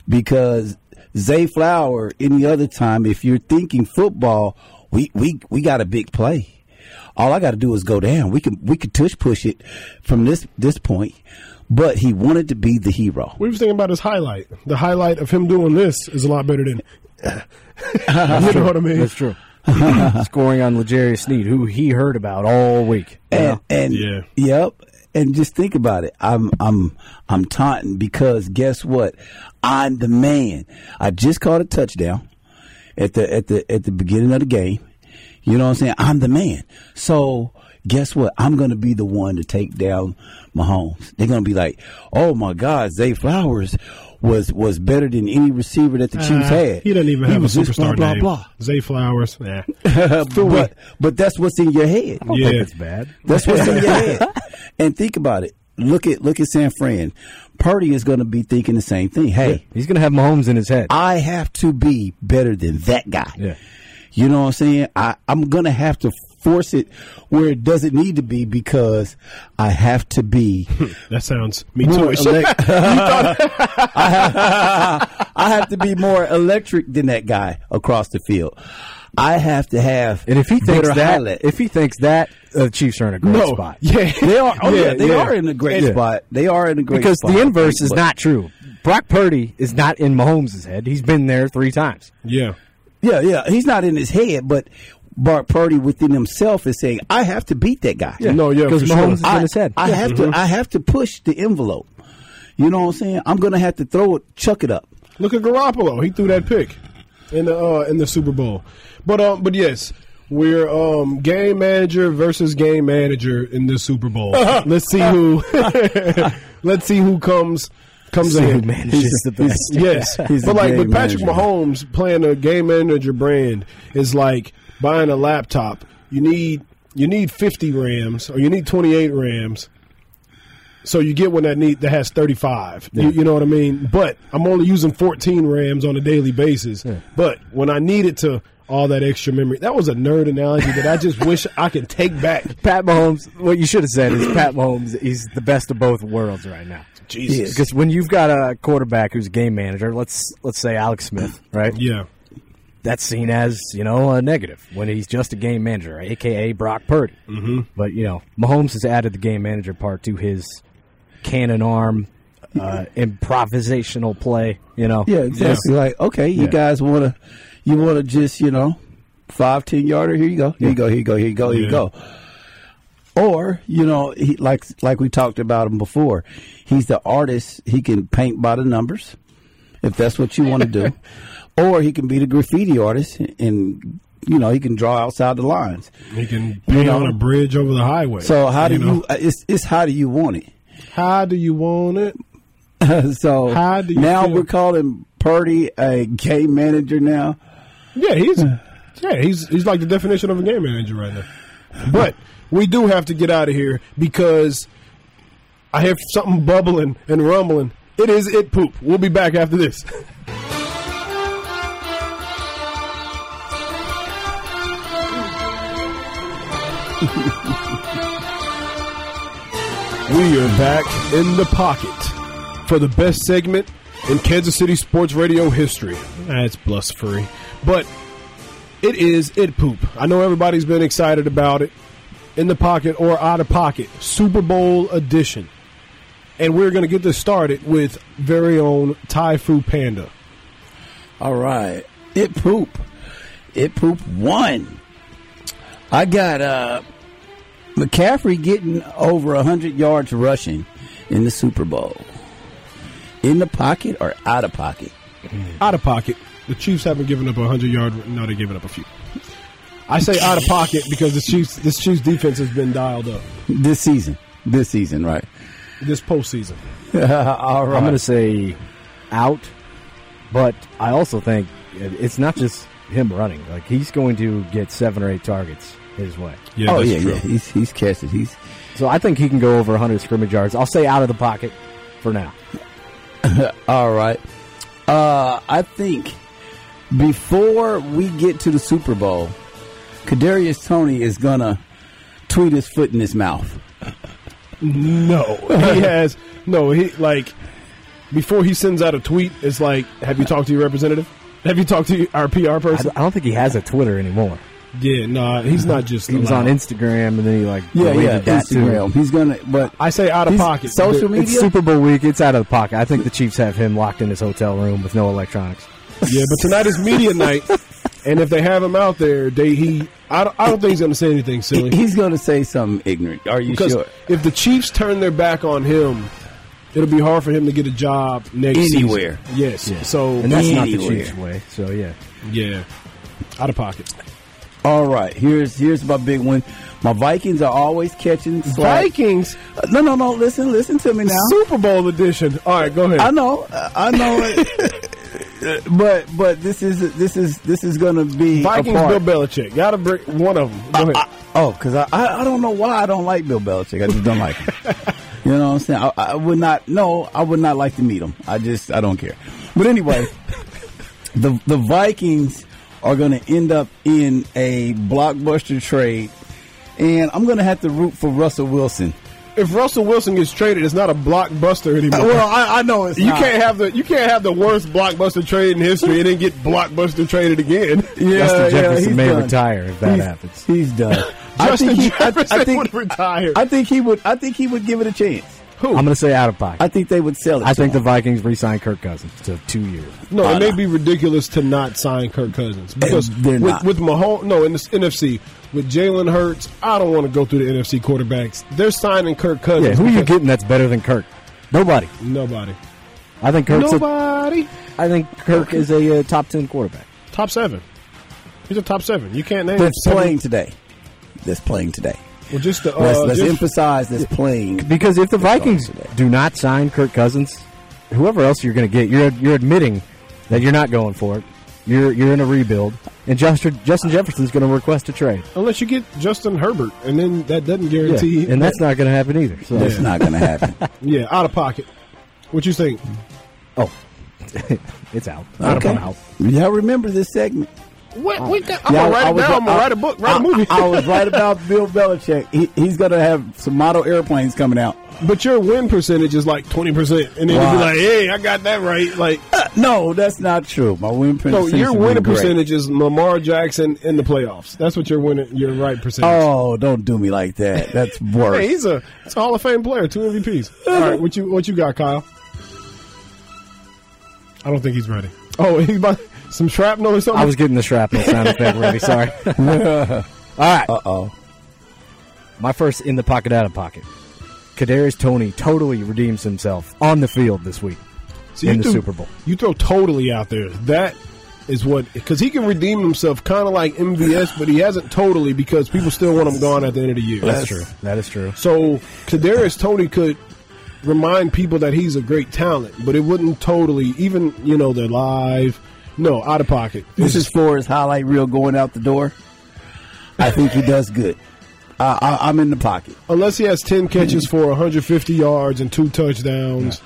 C: because Zay Flower, any other time, if you're thinking football, we we we got a big play. All I got to do is go down. We can we could tush push it from this this point, but he wanted to be the hero.
B: We was thinking about his highlight. The highlight of him doing this is a lot better than. *laughs* you know what I mean?
E: That's true. *laughs* Scoring on Legarius Sneed, who he heard about all week.
C: and, and
B: Yeah.
C: yep and just think about it i'm i'm i'm taunting because guess what i'm the man i just caught a touchdown at the at the at the beginning of the game you know what i'm saying i'm the man so guess what i'm gonna be the one to take down mahomes they're gonna be like oh my god zay flowers was was better than any receiver that the chiefs had
B: Uh, He doesn't even have
C: was
B: a
C: just
B: superstar
C: blah, blah,
B: name.
C: blah. *laughs*
B: Zay Flowers. Nah.
C: but, but that's what's in your head
E: I don't think
B: Yeah.
E: it's bad.
C: That's what's in your
E: *laughs*
C: head. And think about it. Look at look at San Fran. Purdy is going to be thinking the same thing. Hey,
E: He's going to have Mahomes in his head.
C: I have to be better than that guy.
E: Yeah.
C: You know what I'm saying? I, I'm going to have to force it where it doesn't need to be because I have to
E: *laughs*
C: be.
B: That sounds me
C: more
B: too.
C: elec- *laughs* I, have, *laughs* I have to be more electric than that guy across the field. I have to have.
E: And if he thinks
C: better
E: that,
C: highlight-
E: if he thinks that, the Chiefs are in a great
B: No.
E: spot.
B: Yeah.
C: They are. Oh yeah,
E: *laughs* Yeah,
C: they
E: yeah.
C: are in a great
E: Yeah.
C: spot. They are in a great
E: Because
C: spot.
E: the inverse is
C: But-
E: not true. Brock Purdy is not in Mahomes' head. He's been there three times.
B: Yeah.
C: Yeah, yeah. He's not in his head, but Bart Purdy within himself is saying, "I have to beat that guy.
B: No, yeah,
E: Because
B: for
E: Mahomes
B: sure.
E: is in
C: I,
E: his head. Mm-hmm.
C: I have to. I have to push the envelope. You know what I'm saying? I'm gonna have to throw it, chuck it up.
B: Look at Garoppolo. He threw that pick in the uh, in the Super Bowl. But um, but yes, we're um game manager versus game manager in this Super
E: *laughs*
B: Bowl. Let's see who. *laughs* let's see who comes comes
E: See who
B: ahead.
E: manages
B: *laughs*
E: the best.
B: Yes,
C: *laughs* He's
B: but
C: a
B: like, but
C: game
B: Patrick
C: manager.
B: Mahomes playing a game manager brand is like buying a laptop. You need you need fifty RAMs or you need twenty eight RAMs. So you get one that need that has thirty five. You, you know what I mean? But I'm only using fourteen RAMs on a daily basis. But when I need it to all that extra memory, that was a nerd analogy that I just wish I could take
C: *laughs*
B: back.
E: Pat Mahomes, what you should have said is Pat Mahomes is the best of both worlds right now.
B: Jesus.
E: Because when you've got a quarterback who's a game manager, let's let's say Alex Smith, right?
B: Yeah.
E: That's seen as you know a negative when he's just a game manager, aka Brock Purdy. Mm-hmm. But you know Mahomes has added the game manager part to his cannon arm, uh, improvisational play. You know,
C: Yeah, exactly. Like, okay, you
E: Yeah.
C: guys want to, you want to just, you know, five ten yarder. Here you go. Here you go. Here you go. Here you go. Here you
B: Yeah.
C: go. Or you know, he, like like we talked about him before, he's the artist. He can paint by the numbers, if that's what you want
B: *laughs*
C: to do, or he can be the graffiti artist and. You know, he can draw outside the lines.
B: He can paint
C: know.
B: on a bridge over the highway.
C: So how do you?
B: know?
C: uh, It's it's how do you want it? *laughs*
B: How do you want it?
C: so
B: How do you
C: now
B: feel?
C: we're calling Purdy a game manager now.
B: Yeah, he's yeah, he's he's like the definition of a game manager right now. But we do have to get out of here because I hear something bubbling and rumbling. It is it poop. We'll be back after this. *laughs* we are back in the pocket for the best segment in Kansas City sports radio history. That's blustery, but it is it poop. I know everybody's been excited about it in the pocket or out of pocket Super Bowl edition. And we're going to get this started with very own Tai Fu Panda.
C: All right. It poop. It poop one. I got uh McCaffrey getting over 100 yards rushing in the Super Bowl. In the pocket or out of pocket?
B: Out of pocket. The Chiefs haven't given up a 100 yard. No, they're giving up a few. I say out of pocket because the Chiefs, this Chiefs defense has been dialed up
C: This season. This season, right.
B: this postseason.
C: All
E: I'm going to say out, but I also think it- it's not just him running. Like he's going to get seven or eight targets his way.
B: Yeah,
C: oh
B: that's
C: yeah,
B: true.
C: yeah. He's he's catching. He's
E: So I think he can go over 100 scrimmage yards. I'll say out of the pocket for now.
C: all right. Uh, I think before we get to the Super Bowl, Kadarius Tony is gonna tweet his foot in his mouth.
B: *laughs*
C: *laughs*
B: No, he has no. He like before he sends out a tweet, it's like, "Have you talked to your representative? Have you talked to our PR
E: I
B: person?"
E: don't- I don't think he has a Twitter anymore.
B: yeah, nah, he's not just.
E: He was on Instagram, and then he like
C: Yeah,
E: deleted
C: yeah,
E: that too.
C: Instagram. He's gonna, but
B: I say out of
C: he's-
B: pocket.
C: social
E: It's
C: media.
E: Super Bowl week. It's out of the pocket. I think the Chiefs have him locked in his hotel room with no electronics.
B: *laughs* Yeah, but tonight is
C: *laughs*
B: media night, and if they have him out there, they he. I don't, I don't think he's going to say anything
C: he-
B: silly
C: He's gonna say something ignorant. Are you
B: because
C: sure?
B: if the Chiefs turn their back on him, it'll be hard for him to get a job next
C: Anywhere.
B: Season. Yes. So
E: and that's not the
C: Anywhere.
E: Chiefs' way. So yeah,
B: yeah, out of pocket.
C: All right, here's here's my big one. My Vikings are always catching slack.
B: Vikings
C: No, no, no. Listen, listen to me now.
B: Super Bowl edition. All right, go ahead.
C: I know, I know it.
B: *laughs*
C: but but this is this is this is gonna be a
B: Vikings,
C: part.
B: Bill Belichick. Got to break one of them. Go ahead.
C: I- oh, because I, I I don't know why I don't like Bill Belichick. I just don't like him. You know what I'm saying? I, I would not. No, I would not like to meet him. I just I don't care. But anyway, the the Vikings are going to end up in a blockbuster trade, and I'm going to have to root for Russell Wilson.
B: if Russell Wilson gets traded, it's not a blockbuster anymore.
C: Well, I, I know it's
B: you
C: not.
B: can't have the you can't have the worst blockbuster trade in history and then get blockbuster traded again.
C: Yeah,
B: *laughs*
E: Justin Jefferson
C: he's
E: may
C: done.
E: retire if that
C: He's-
E: happens.
C: He's done. I
B: Justin
C: think he, I,
B: Jefferson
C: I think,
B: would retire.
C: I think he would. I think he would give it a chance.
E: I'm going to say out of pocket.
C: I think they would sell it.
E: I
C: to
E: think the
C: him.
E: Vikings re-signed Kirk Cousins to two years.
B: No, it may be ridiculous to not sign Kirk Cousins because
C: They're
B: with,
C: not.
B: with Mahomes, no, in this NFC with Jalen Hurts, I don't want to go through the NFC quarterbacks. They're signing Kirk Cousins.
E: Yeah, who are you
B: because-
E: getting that's better than Kirk? Nobody.
B: Nobody.
E: I think Kirk's a,
B: Nobody.
E: I think Kirk is a uh, top ten quarterback.
B: Top seven. He's a top seven. You can't name
C: that's
B: seven-
C: playing today. That's playing today.
B: Well, just the uh,
C: Let's, let's
B: just-
C: emphasize that's playing.
E: Because if the Vikings
C: today.
E: do not sign Kirk Cousins, whoever else you're going to get, you're you're admitting that you're not going for it. You're you're in a rebuild, and Justin Justin Jefferson's going to request a trade.
B: unless you get Justin Herbert, and then that doesn't guarantee.
E: and that's not going to happen either. So
C: That's not going to
B: *laughs*
C: happen.
B: Yeah, out of pocket. What you think?
E: oh, it's out. Out of
C: Okay.
E: out.
C: Y'all remember this segment?
B: What? what the- I'm
C: Y'all-
B: gonna write
C: I
B: it
C: was-
B: down. I'm gonna
C: I-
B: write a book. Write a
C: I-
B: movie.
C: I, was
B: *laughs*
C: right about Bill Belichick. He, he's going to have some model airplanes coming out.
B: but your win percentage is like twenty percent, and then you'd be
C: Wow.
B: like, "Hey, I got that right." Like,
C: Uh, no, that's not true. My win
B: no,
C: percentage.
B: your
C: has
B: winning
C: been great.
B: percentage is Lamar Jackson in the playoffs. That's what your winning your right percentage.
C: Oh, don't do me like that. That's worse.
B: *laughs* hey, he's a it's a Hall of Fame player, two MVPs. All right, what you what you got, Kyle? I don't think he's ready. Oh, *laughs* he's about some shrapnel or something.
E: I was getting the shrapnel sound effect ready. Sorry. *laughs* All right.
C: Uh oh.
E: My first in the pocket, out of pocket. Kadarius Tony totally redeems himself on the field this week.
B: So you
E: in the
B: threw-
E: Super Bowl.
B: You throw totally out there. That is what because he can redeem himself, kind of like MVS, but he hasn't totally because people still want him gone at the end of the year.
C: That's
E: true. That is true.
B: So Kadarius Tony could remind people that he's a great talent, but it wouldn't totally even you know they're live. No, out of pocket.
C: This is for his highlight reel going out the door. I think he does good. I, I, I'm in the pocket.
B: Unless he has ten catches for 150 yards and two touchdowns.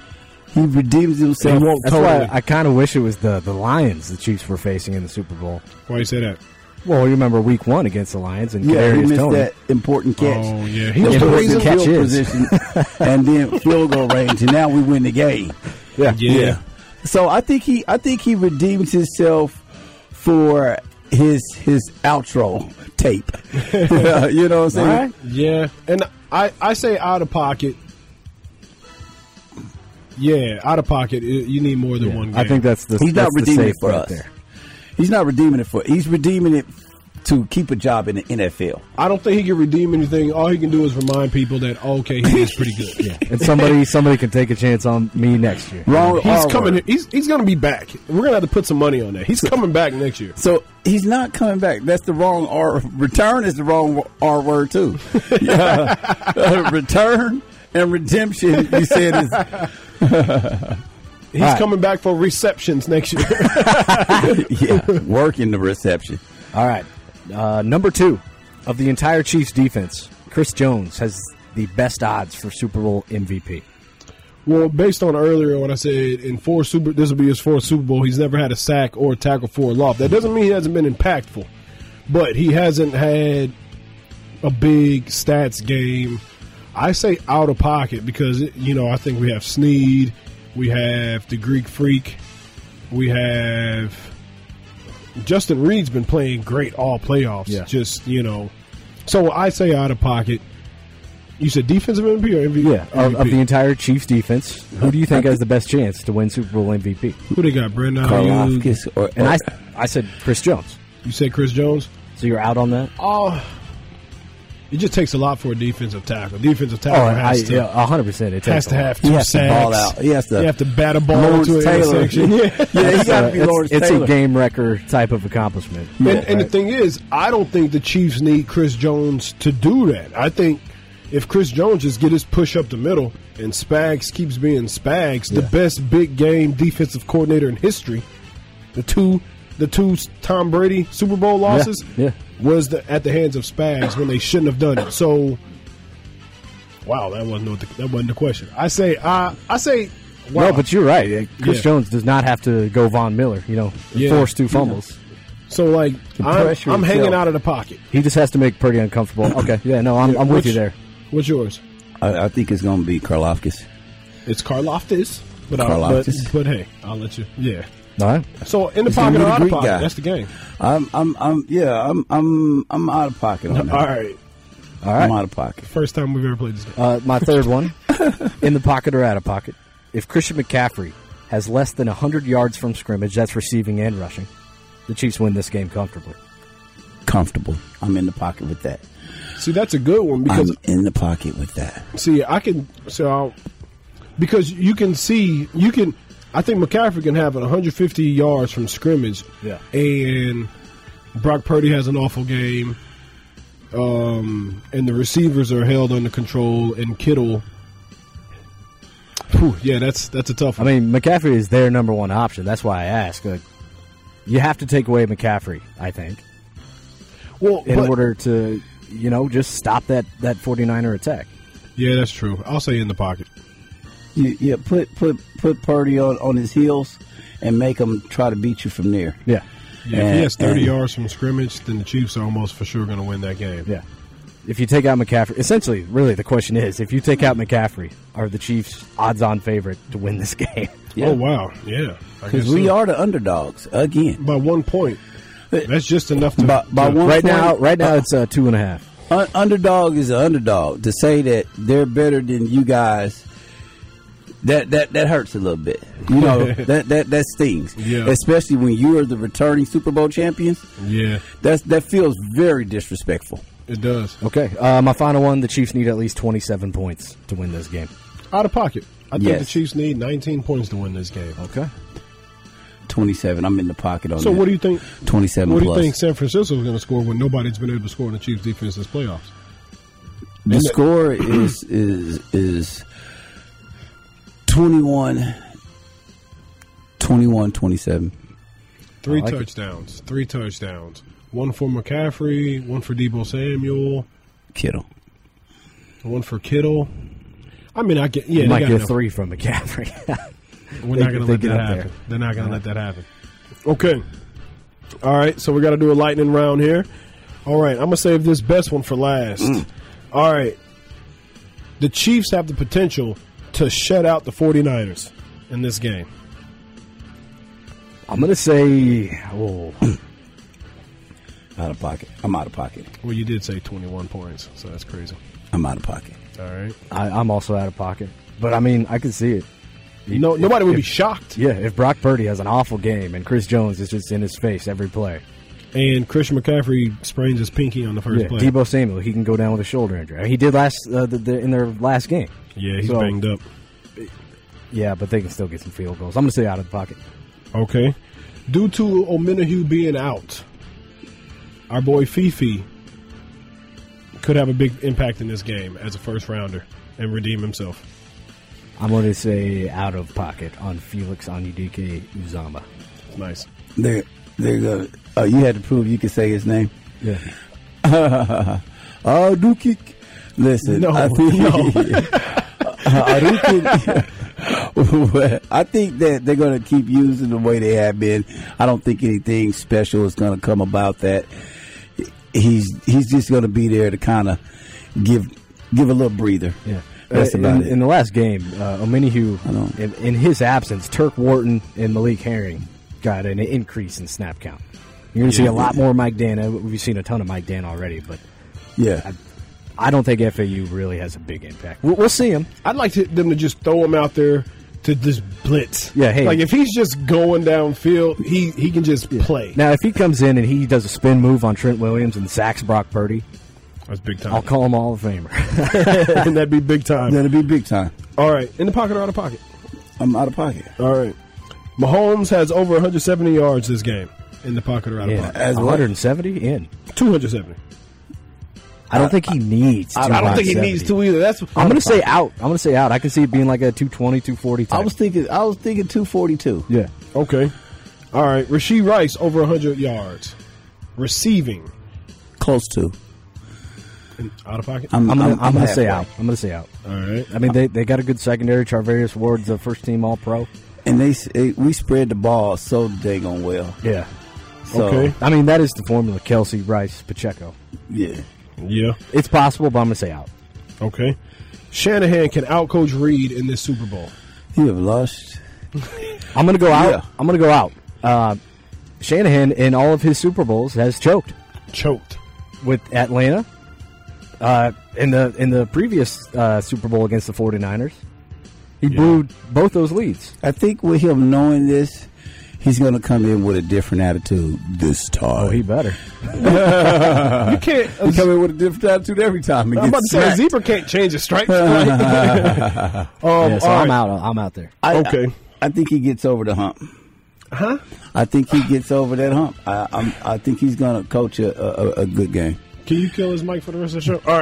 C: He redeems himself.
B: He won't
E: That's
B: Totally.
E: why I kind of wish it was the, the Lions the Chiefs were facing in the Super Bowl.
B: Why you say that?
E: Well, you remember Week One against the Lions and
C: Yeah, he
E: Kadarius
C: missed
E: Tony.
C: that important catch.
B: Oh, yeah. He
C: That
B: was
C: put
B: the
C: us
B: reason-
C: in field
E: catch is.
C: position
E: *laughs*
C: and then field goal range, and now we win the game.
E: Yeah.
C: So I think he, I think he redeems himself for his his outro tape. *laughs* you know what I'm saying?
E: Alright.
B: Yeah, and I I say out of pocket. Yeah, out of pocket. i- You need more than one. Game.
E: I think that's the
C: He's not
E: that's the
C: redeeming it
E: safe
C: for
E: bet
C: us.
E: there.
C: He's not redeeming it for. He's redeeming it to keep a job in the NFL.
B: I don't think he can redeem anything. All he can do is remind people that okay, he is pretty
E: *laughs*
B: good. yeah,
E: And somebody somebody can take a chance on me next year.
C: Wrong.
B: he's
C: R
B: coming.
C: word.
B: here- He's he's gonna be back. We're gonna have to put some money on that. He's coming back next year.
C: So he's not coming back. That's the wrong R. Return is the wrong R
B: *laughs*
C: word too. *laughs* Yeah. Uh, return and redemption. You said is
B: He's
E: All right.
B: coming back for receptions next year. *laughs*
C: yeah. Work in the reception.
E: All right. Uh, number two of the entire Chiefs defense, Chris Jones has the best odds for Super Bowl MVP.
B: Well, based on earlier what I said, in four Super, this will be his fourth Super Bowl. He's never had a sack or a tackle for a loft. That doesn't mean he hasn't been impactful, but he hasn't had a big stats game. I say out of pocket because it, you know I think we have Sneed, we have the Greek Freak, we have Justin Reed's been playing great all playoffs.
E: Yeah.
B: Just you know, so I say out of pocket. You said defensive MVP or MVP?
E: Yeah, of, of
B: MVP?
E: the entire Chiefs defense, who do you think has the best chance to win Super Bowl MVP?
B: Who they got? Brandon Ayuk.
C: Karlofkis or,
E: And
C: or-
E: I, I said Chris Jones.
B: You said Chris Jones.
E: So you're out on that?
B: Oh, it just takes a lot for a defensive tackle. Defensive
E: Oh,
B: tackle
E: I,
B: has to
E: yeah, 100%. It
B: has
E: takes
B: to
E: a lot.
B: have
C: he
B: two
C: has to
B: sacks.
C: ball out. He has to.
B: You have to bat a ball
C: Lawrence
B: into an
C: Taylor.
B: intersection. *laughs* Yeah.
C: *laughs* yeah, he
E: It's
C: got
E: a,
C: to be
E: it's-
C: Lawrence
E: it's
C: Taylor.
E: a game wrecker type of accomplishment.
B: and, and the thing is, I don't think the Chiefs need Chris Jones to do that. I think if Chris Jones just get his push up the middle and Spags keeps being Spags, the best big game defensive coordinator in history, the two the two Tom Brady Super Bowl losses
E: yeah.
B: was the, at the hands of Spags when they shouldn't have done it. So, wow, that wasn't what the, that wasn't the question. I say I I say wow.
E: No, but you're right. Uh, Chris
B: Yeah.
E: Jones does not have to go Von Miller, you know,
B: Yeah.
E: force two fumbles.
B: so like I'm,
E: pressure
B: I'm hanging
E: itself.
B: out of the pocket.
E: He just has to make
B: *coughs*
E: Purdy uncomfortable. Okay, yeah, no, I'm, I'm with
B: What's-
E: you there.
B: What's yours?
C: I, I think it's going to be Karlofkis.
B: It's Karloftis, but I'll, but,
C: Karloftis.
B: but hey, I'll let you. Yeah.
E: All right.
B: So in the pocket
C: gonna be
B: or
C: the
B: out of
C: Greek
B: pocket,
C: guy.
B: that's the game.
C: I'm, I'm, I'm, yeah, I'm, I'm, I'm out of pocket on that.
B: All right,
E: All
C: I'm
E: right.
C: out of pocket.
B: first time we've ever played this game.
E: Uh, my
B: *laughs*
E: third one in the pocket or out of pocket. If Christian McCaffrey has less than 100 yards from scrimmage, that's receiving and rushing, the Chiefs win this game comfortably.
C: Comfortable. I'm in the pocket with that.
B: See, that's a good one because
C: I'm in the pocket with that.
B: see, I can so I'll, because you can see you can. I think McCaffrey can have 150 yards from scrimmage.
E: Yeah.
B: and Brock Purdy has an awful game. Um, and the receivers are held under control, and Kittle. Whew, yeah, that's that's a tough
E: I
B: one.
E: mean, McCaffrey is their number one option. That's why I ask. Like, you have to take away McCaffrey, I think,
B: well,
E: in
B: but-
E: order to, you know, just stop that, that 49er attack.
B: yeah, that's true. I'll say in the pocket.
C: You, yeah, put, put, put Purdy on, on his heels and make him try to beat you from there.
E: Yeah.
B: Yeah, if he
C: And-
B: has 30
C: and-
B: yards from scrimmage, then the Chiefs are almost for sure going to win that game.
E: Yeah. If you take out McCaffrey, essentially, really, the question is if you take out McCaffrey, are the Chiefs odds on favorite to win this *laughs* game?
B: Oh, wow. Yeah. I guess
C: Because we
B: so.
C: are the underdogs again.
B: By one point. That's just enough to.
C: By, by
B: to-
C: one
E: right
C: point, Uh-huh.
E: now, right now it's uh, two and a half.
C: un- underdog is an underdog. To say that they're better than you guys, that that that hurts a little bit. You know
B: *laughs*
C: that that that stings,
B: Yeah.
C: especially when you are the returning Super Bowl champions.
B: Yeah,
C: That's that feels very disrespectful.
B: it does.
E: Okay, uh, my final one: the Chiefs need at least twenty-seven points to win this game.
B: Out of pocket. I think
C: Yes.
B: the Chiefs need 19 points to win this game.
E: Okay,
C: Twenty seven. I'm in the pocket on
B: So,
C: that.
B: what do you think?
C: Twenty Oh, seven
B: What do
C: plus.
B: you think San Francisco is going to score when nobody's been able to score in the Chiefs' defense this playoffs?
C: The
B: *clears throat*
C: score is is is 21 21 27.
B: Three
E: like it.
B: touchdowns. Three touchdowns. One for McCaffrey, one for Debo Samuel,
C: Kittle.
B: one for Kittle. I mean, I get. Yeah,
E: you
B: they
E: might
B: got
E: get
B: enough.
E: three from McCaffrey. *laughs*
B: We're
E: They-
B: not going to
E: they
B: let
E: get
B: that
E: up there.
B: happen. They're not going to let that happen. Okay. All right. So we got to do a lightning round here. All right. I'm going to save this best one for last.
E: Mm.
B: All right. The Chiefs have the potential to shut out the 49ers in this game.
E: I'm gonna say, oh,
C: Out of pocket. I'm out of pocket.
B: Well, you did say 21 points, so that's crazy.
C: I'm out of pocket.
B: All right.
E: I, I'm also out of pocket, but I mean, I can see it.
B: No, nobody would be shocked.
E: Yeah, if Brock Purdy has an awful game and Chris Jones is just in his face every play,
B: And Christian McCaffrey sprains his pinky on the first
E: yeah,
B: play.
E: Debo Samuel he can go down with a shoulder injury. I mean, he did last uh, the, the, in their last game.
B: Yeah, he's
E: So-
B: banged up.
E: Yeah, but they can still get some field goals. I'm gonna say out of the pocket.
B: Okay. Due to Ominahue being out, our boy Fifi could have a big impact in this game as a first rounder and redeem himself.
E: I'm gonna say out of pocket on Felix Onudike Uzama.
B: It's nice.
C: They're, they're gonna, oh, you had to prove you could say his name.
E: Yeah.
C: Oh, Duke. Listen.
B: No,
C: *laughs* I think,
B: no.
C: Aruki- *laughs* I think that they're going to keep using the way they have been. I don't think anything special is going to come about that. He's he's just going to be there to kind of give give a little breather.
E: Yeah.
C: That's
E: Uh, in,
C: about it.
E: in the last game, uh, Omenihu,
C: know.
E: in, in his absence, Turk Wharton and Malik Herring got an increase in snap count. You're going to see a lot more Mike Dan. Uh, We've seen a ton of Mike Dan already, but
C: Yeah,
E: I don't think FAU really has a big impact. We'll, we'll see him.
B: I'd like to, them to just throw him out there to just blitz.
E: Yeah, hey.
B: Like if he's just going downfield, he he can just play.
E: Now, if he comes in and he does a spin move on Trent Williams and sacks Brock Purdy,
B: That's big
E: I'll *laughs*
B: time.
E: call him All of Famer.
B: *laughs* and that'd be big time.
C: that'll be big time.
B: All right, in the pocket or out of pocket?
C: I'm out of pocket.
B: All right. Mahomes has over 170 yards this game in the pocket or out
E: *laughs* Yeah,
B: of pocket.
C: As what?
E: 170 in.
B: 270.
E: I don't think he needs.
B: I don't think he
E: 270.
B: needs to either. That's
E: I'm going to say out. I'm going to say out. I can see it being like a 220, 240 type.
C: I was thinking I was thinking 242.
E: yeah.
B: okay. All right, Rasheed Rice over 100 yards receiving
C: Close to.
B: in, out of pocket.
C: I'm
E: I'm gonna, I'm, gonna
C: halfway.
E: say out. I'm gonna say out.
B: All right.
E: I mean, they, they got a good secondary. Charvarius Ward's a first team All Pro.
C: And they s- eh, we spread the ball so dang on well.
E: Yeah.
C: So,
B: Okay.
E: I mean, that is the formula: Kelsey, Rice, Pacheco.
C: Yeah.
B: Yeah.
E: It's possible, but I'm gonna say out.
B: Okay. Shanahan can outcoach Reed in this Super Bowl.
C: You have lost.
E: I'm gonna go out.
C: Yeah.
E: I'm gonna go out. Uh, Shanahan in all of his Super Bowls has choked
B: Choked.
E: with Atlanta. Uh, in the in the previous uh, Super Bowl against the 49ers, he blew both those leads.
C: I think with him knowing this, he's going to come in with a different attitude this time.
E: Oh, he better. Uh,
B: You can't.
C: He come in with a different attitude every time.
B: I'm about to say, Zebra can't change his
E: *laughs*
B: stripes. right? *laughs* um,
E: Yeah, so
B: all
E: I'm
B: right.
E: out. I'm out there.
C: I,
B: Okay.
C: I, I think he gets over the hump.
B: Huh?
C: I think he gets over that hump. I, I'm, I think he's going to coach a, a, a good game.
B: Can you kill his mic for the rest of the show? All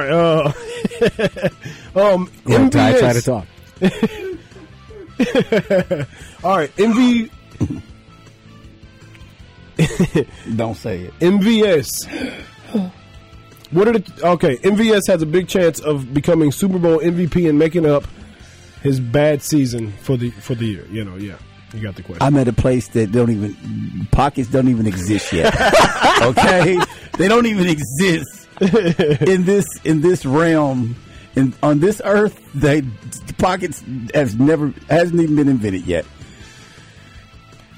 B: right. Uh, *laughs* um,
E: I'm
B: MVS.
E: try to talk.
B: All right. MV,
C: Don't say it.
B: MVS. What are the okay? MVS has a big chance of becoming Super Bowl MVP and making up his bad season for the for the year. You know, yeah, you got the question.
C: I'm at a place that don't even pockets don't even exist yet. okay, they don't even exist in this in this realm. In, on this earth, they pockets has never hasn't even been invented yet.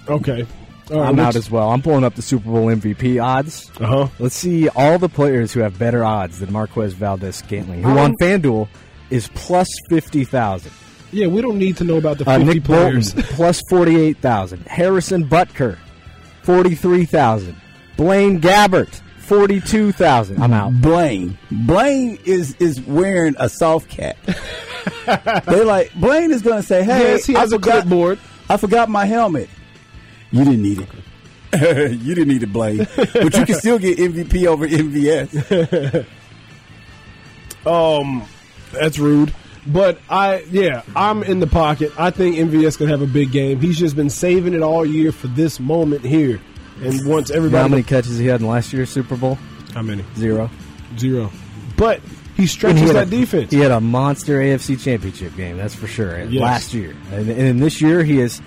B: okay, all
E: I'm out as well. I'm pulling up the Super Bowl MVP odds.
B: Uh huh.
E: Let's see all the players who have better odds than Marquez Valdez Scantling, who on FanDuel is plus fifty thousand.
B: Yeah, we don't need to know about the
E: Uh,
B: 50
E: Nick *laughs*
B: players. *laughs*
E: Bolton plus forty eight thousand. Harrison Butker forty three thousand. Blaine Gabbert forty two thousand. I'm out.
C: Blaine, Blaine is is wearing a soft cap. they like Blaine is going to say, "Hey,
B: Yes, he
C: I
B: has a
C: forgot-
B: clipboard.
C: I forgot my helmet. You didn't need it. you didn't need it, Blaine. *laughs* But you can still get MVP over MVS.
B: Um, that's rude. But I, yeah, I'm in the pocket. I think MVS can have a big game. He's just been saving it all year for this moment here. And once
E: You know how
B: everybody,
E: many catches he had in last year's Super Bowl?
B: how many?
E: Zero.
B: Zero. But he
E: And
B: stretches
E: he
B: that
E: had a-
B: defense.
E: He had a monster AFC Championship game, that's for sure. and
B: Yes.
E: Last year, and, and in this year, he is,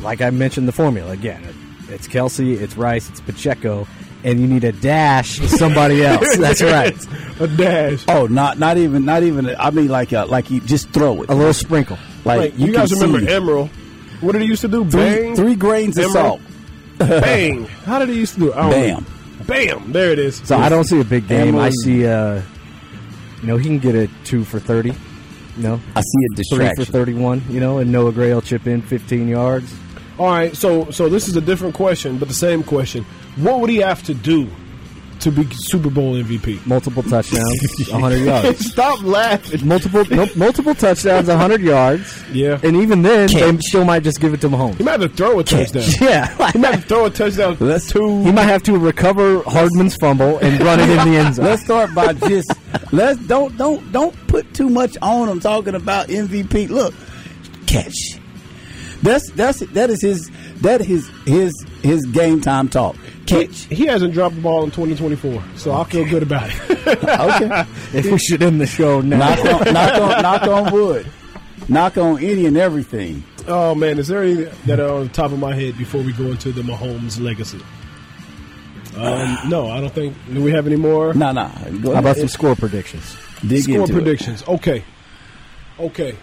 E: like I mentioned, the formula again. It's Kelsey, it's Rice, it's Pacheco, and you need a dash
B: *laughs*
E: somebody else. that's right,
B: a dash.
C: Oh, not not even not even. I mean, like uh, like you just throw it.
E: a little sprinkle.
C: Like,
B: Like, you,
C: can
B: guys remember
C: see
B: Emerald? What did he used to do?
C: three,
B: Bang,
C: three grains of
B: Emerald?
C: salt.
B: bang. How did he used to do? it? I don't know. bam. There it is.
E: So I don't see a big game. I
C: Hamlin.
E: see, uh, you know, he can get a two for thirty. You know,
C: I see a
E: three for
C: distraction.
E: thirty-one. You know, and Noah Gray will chip in fifteen yards.
B: All right, so so this is a different question, but the same question. What would he have to do to be Super Bowl MVP?
E: multiple *laughs* touchdowns, 100 yards.
B: Stop laughing.
E: Multiple no, multiple touchdowns, 100 yards.
B: Yeah.
E: And even then, they still might just give it to
B: He
E: Mahomes.
B: might have to throw a touchdown.
C: *laughs*
E: Yeah.
B: He might have to throw a touchdown.
C: Let's
E: he might have to recover Hardman's fumble and run it in the end zone.
C: Let's start by just *laughs* let's don't don't don't put too much on him talking about MVP. Look, catch. That's that's that is his that is his his game time talk.
B: *laughs*
C: Catch.
B: He hasn't dropped the ball in 2024, so I feel good about it. *laughs*
C: Okay.
E: if we should end the show now.
C: knock on knock on knock on wood. Knock on any and everything.
B: Oh man, is there any that are on the top of my head before we go into the Mahomes legacy? Um, no, I don't think. Do we have any more
C: No, no. Go
E: How about
C: ahead.
E: some score predictions?
C: Dig
B: score
C: into it.
B: predictions? Okay, okay.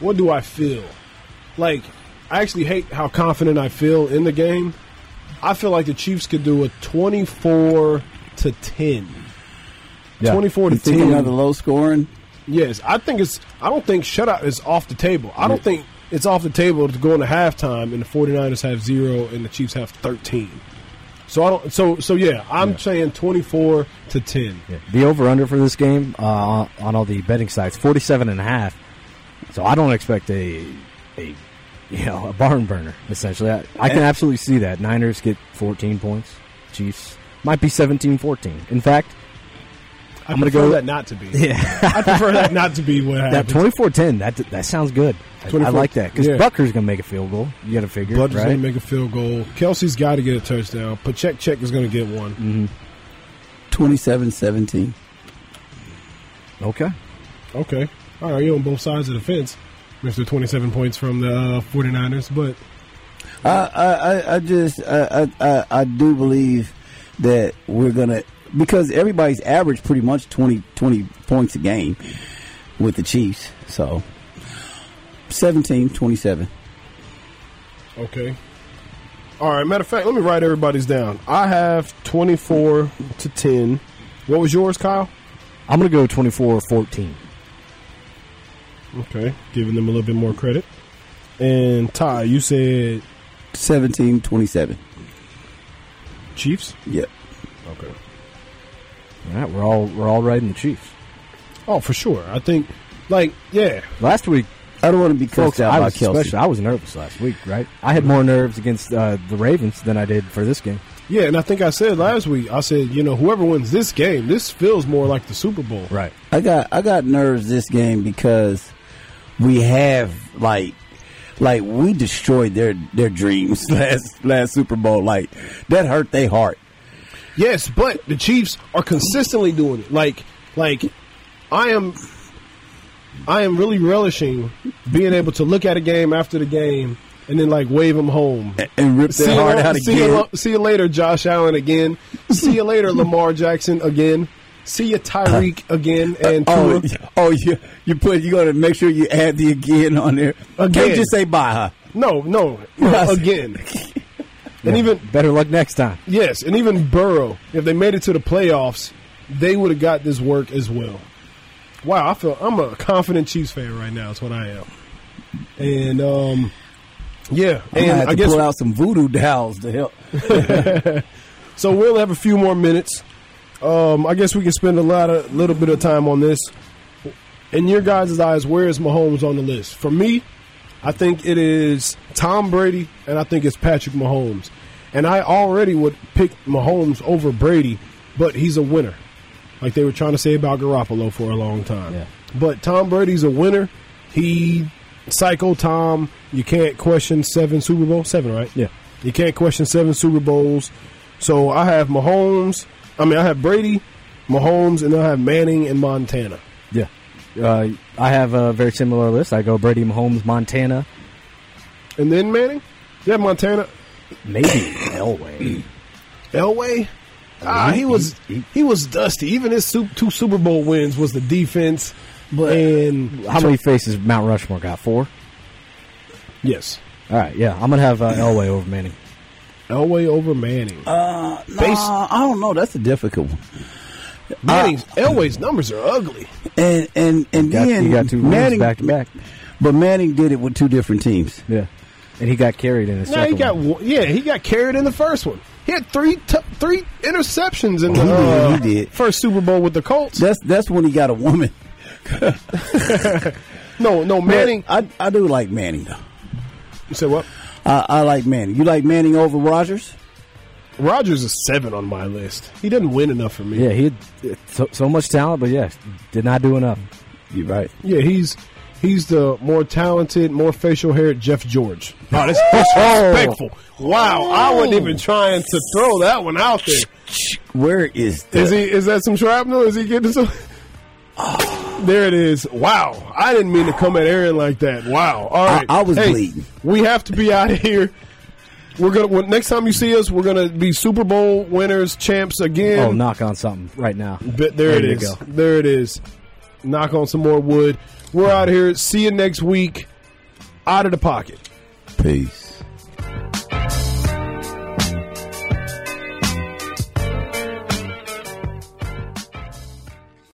B: What do I feel? Like, I actually hate how confident I feel in the game. I feel like the Chiefs could do a twenty-four to ten.
E: Yeah.
B: Twenty-four to
C: You think
B: ten.
C: another low scoring?
B: Yes, I think it's. I don't think shutout is off the table. I don't think it's off the table to go into halftime and the 49ers have zero and the Chiefs have thirteen. So I don't. So so yeah, I'm saying twenty four to ten.
E: The over under for this game uh, on- on all the betting sites 47 and a half. So I don't expect a a you know a barn burner essentially. I, I
B: Eh.
E: can absolutely see that. Niners get 14 points. Chiefs might be 17-14. In fact,
B: I
E: I'm gonna
B: prefer
E: go-
B: that not to be.
E: *laughs* yeah,
B: I prefer that not to be what
E: that
B: happens.
E: 24-10 that that sounds good. I, I
B: 24
E: like that because
B: yeah.
E: Bucker's gonna make a field goal. You got to figure,
B: Butler's
E: right?
B: gonna make a field goal. Kelsey's got to get a touchdown. Pachek check is gonna get one.
C: 27-17.
E: okay. Mm.
B: Okay, all right, you're on both sides of the fence, Mister. Twenty seven points from the uh, 49ers, but
C: I, I, I- I just, I, I, I, I do believe that we're going to, because everybody's average pretty much 20, 20 points a game with the Chiefs. So 17-27.
B: Okay. All right. Matter of fact, let me write everybody's down. I have twenty-four to ten. What was yours, Kyle?
E: I'm gonna go 24-14.
B: Okay, giving them a little bit more credit. And Ty, you said
C: 17-27.
B: Chiefs.
C: Yep.
B: Okay.
E: All right, we're all we're all riding the Chiefs.
B: Oh, for sure. I think, like, yeah,
E: Last week,
C: I don't want to be
E: Folks,
C: cussed out
E: I
C: by
E: was
C: Kelsey.
E: special. I was nervous last week, right? I had more nerves against uh, the Ravens than I did for this game.
B: yeah. And I think I said last week. I said, you know, whoever wins this game, this feels more like the Super Bowl.
E: Right.
C: I got I got nerves this game because we have like like we destroyed their their dreams *laughs* last last Super Bowl. Like that hurt their heart.
B: Yes, but the Chiefs are consistently doing it. Like, like I am, I am really relishing being able to look at a game after the game and then like wave them home.
C: And- And ripped
B: See
C: their
B: you,
C: heart
B: la-
C: out
B: see, you,
C: again.
B: la- see you later, Josh Allen again. See you
C: *laughs*
B: later, Lamar Jackson again. See you, Tyreek again, and
C: Uh,
B: Tua.
C: Oh, y- *laughs* oh, you you put you gotta make sure you add the again on there.
B: Again.
C: Can't just say bye, huh?
B: no, no,
C: *laughs* Yes.
B: again. And even
E: Better luck next time.
B: yes, and even Burrow, if they made it to the playoffs, they would have got this work as well. Wow, I feel I'm a confident Chiefs fan right now. That's what I am. And um, yeah,
C: I'm gonna
B: and
C: have
B: I
C: to
B: guess
C: pull out some voodoo dolls to help.
B: So we'll have a few more minutes. Um, I guess we can spend a lot of little bit of time on this. In your guys' eyes, where is Mahomes on the list? For me, I think it is Tom Brady, and I think it's Patrick Mahomes. And I already would pick Mahomes over Brady, but he's a winner, like they were trying to say about Garoppolo for a long time.
E: Yeah.
B: But Tom Brady's a winner. He psycho Tom. You can't question seven Super Bowl seven, right?
E: Yeah.
B: You can't question seven Super Bowls. So I have Mahomes. I mean, I have Brady, Mahomes, and then I have Manning and Montana.
E: Yeah. Uh, I have a very similar list. I go Brady, Mahomes, Montana,
B: And then Manning? Yeah, Montana.
E: maybe Elway.
B: *clears throat* Elway? Ah, he was he was dusty. Even his su- two Super Bowl wins was the defense. and
E: How many faces Mount Rushmore got? Four.
B: yes,
E: All right. Yeah, I'm gonna have uh, Elway over Manning.
B: Elway over Manning. Based-
C: Nah, I don't know. That's a difficult one.
B: Manning's Elway's numbers are ugly.
C: And and and
E: Got,
C: then
E: he got two wins
C: Manning,
E: back to back.
C: but Manning did it with two different teams.
E: Yeah. And he got carried in his
B: No, he
E: second
B: got
E: one.
B: one- yeah, he got carried in the first one. He had three t- three interceptions in the
C: He did,
B: uh,
C: he did.
B: first Super Bowl with the Colts.
C: That's that's when he got a woman.
B: no, no, Manning.
C: I, I do like Manning though.
B: You said what?
C: I, I like Manning. You like Manning over Rogers?
B: Rogers is seven on my list. He didn't win enough for me.
E: Yeah, he had uh, so, so much talent, but yes, did not do enough.
C: You're right.
B: yeah, he's he's the more talented, more facial haired Jeff George. Oh, that's disrespectful! Wow, I wasn't even trying to throw that one out there.
C: Where is the
B: Is he? Is that some shrapnel? Is he getting some? *sighs* There it is. Wow. I didn't mean to come at Aaron like that. Wow. All
C: I-
B: right.
C: I was
B: Hey,
C: bleeding.
B: We have to be out of here. We're gonna when, next time you see us, we're gonna be Super Bowl winners, champs again.
E: Oh, knock on something right now.
B: But there, it
E: you
B: is.
E: go.
B: There it is. Knock on some more wood. We're out of here. See you next week. Out of the pocket.
C: Peace.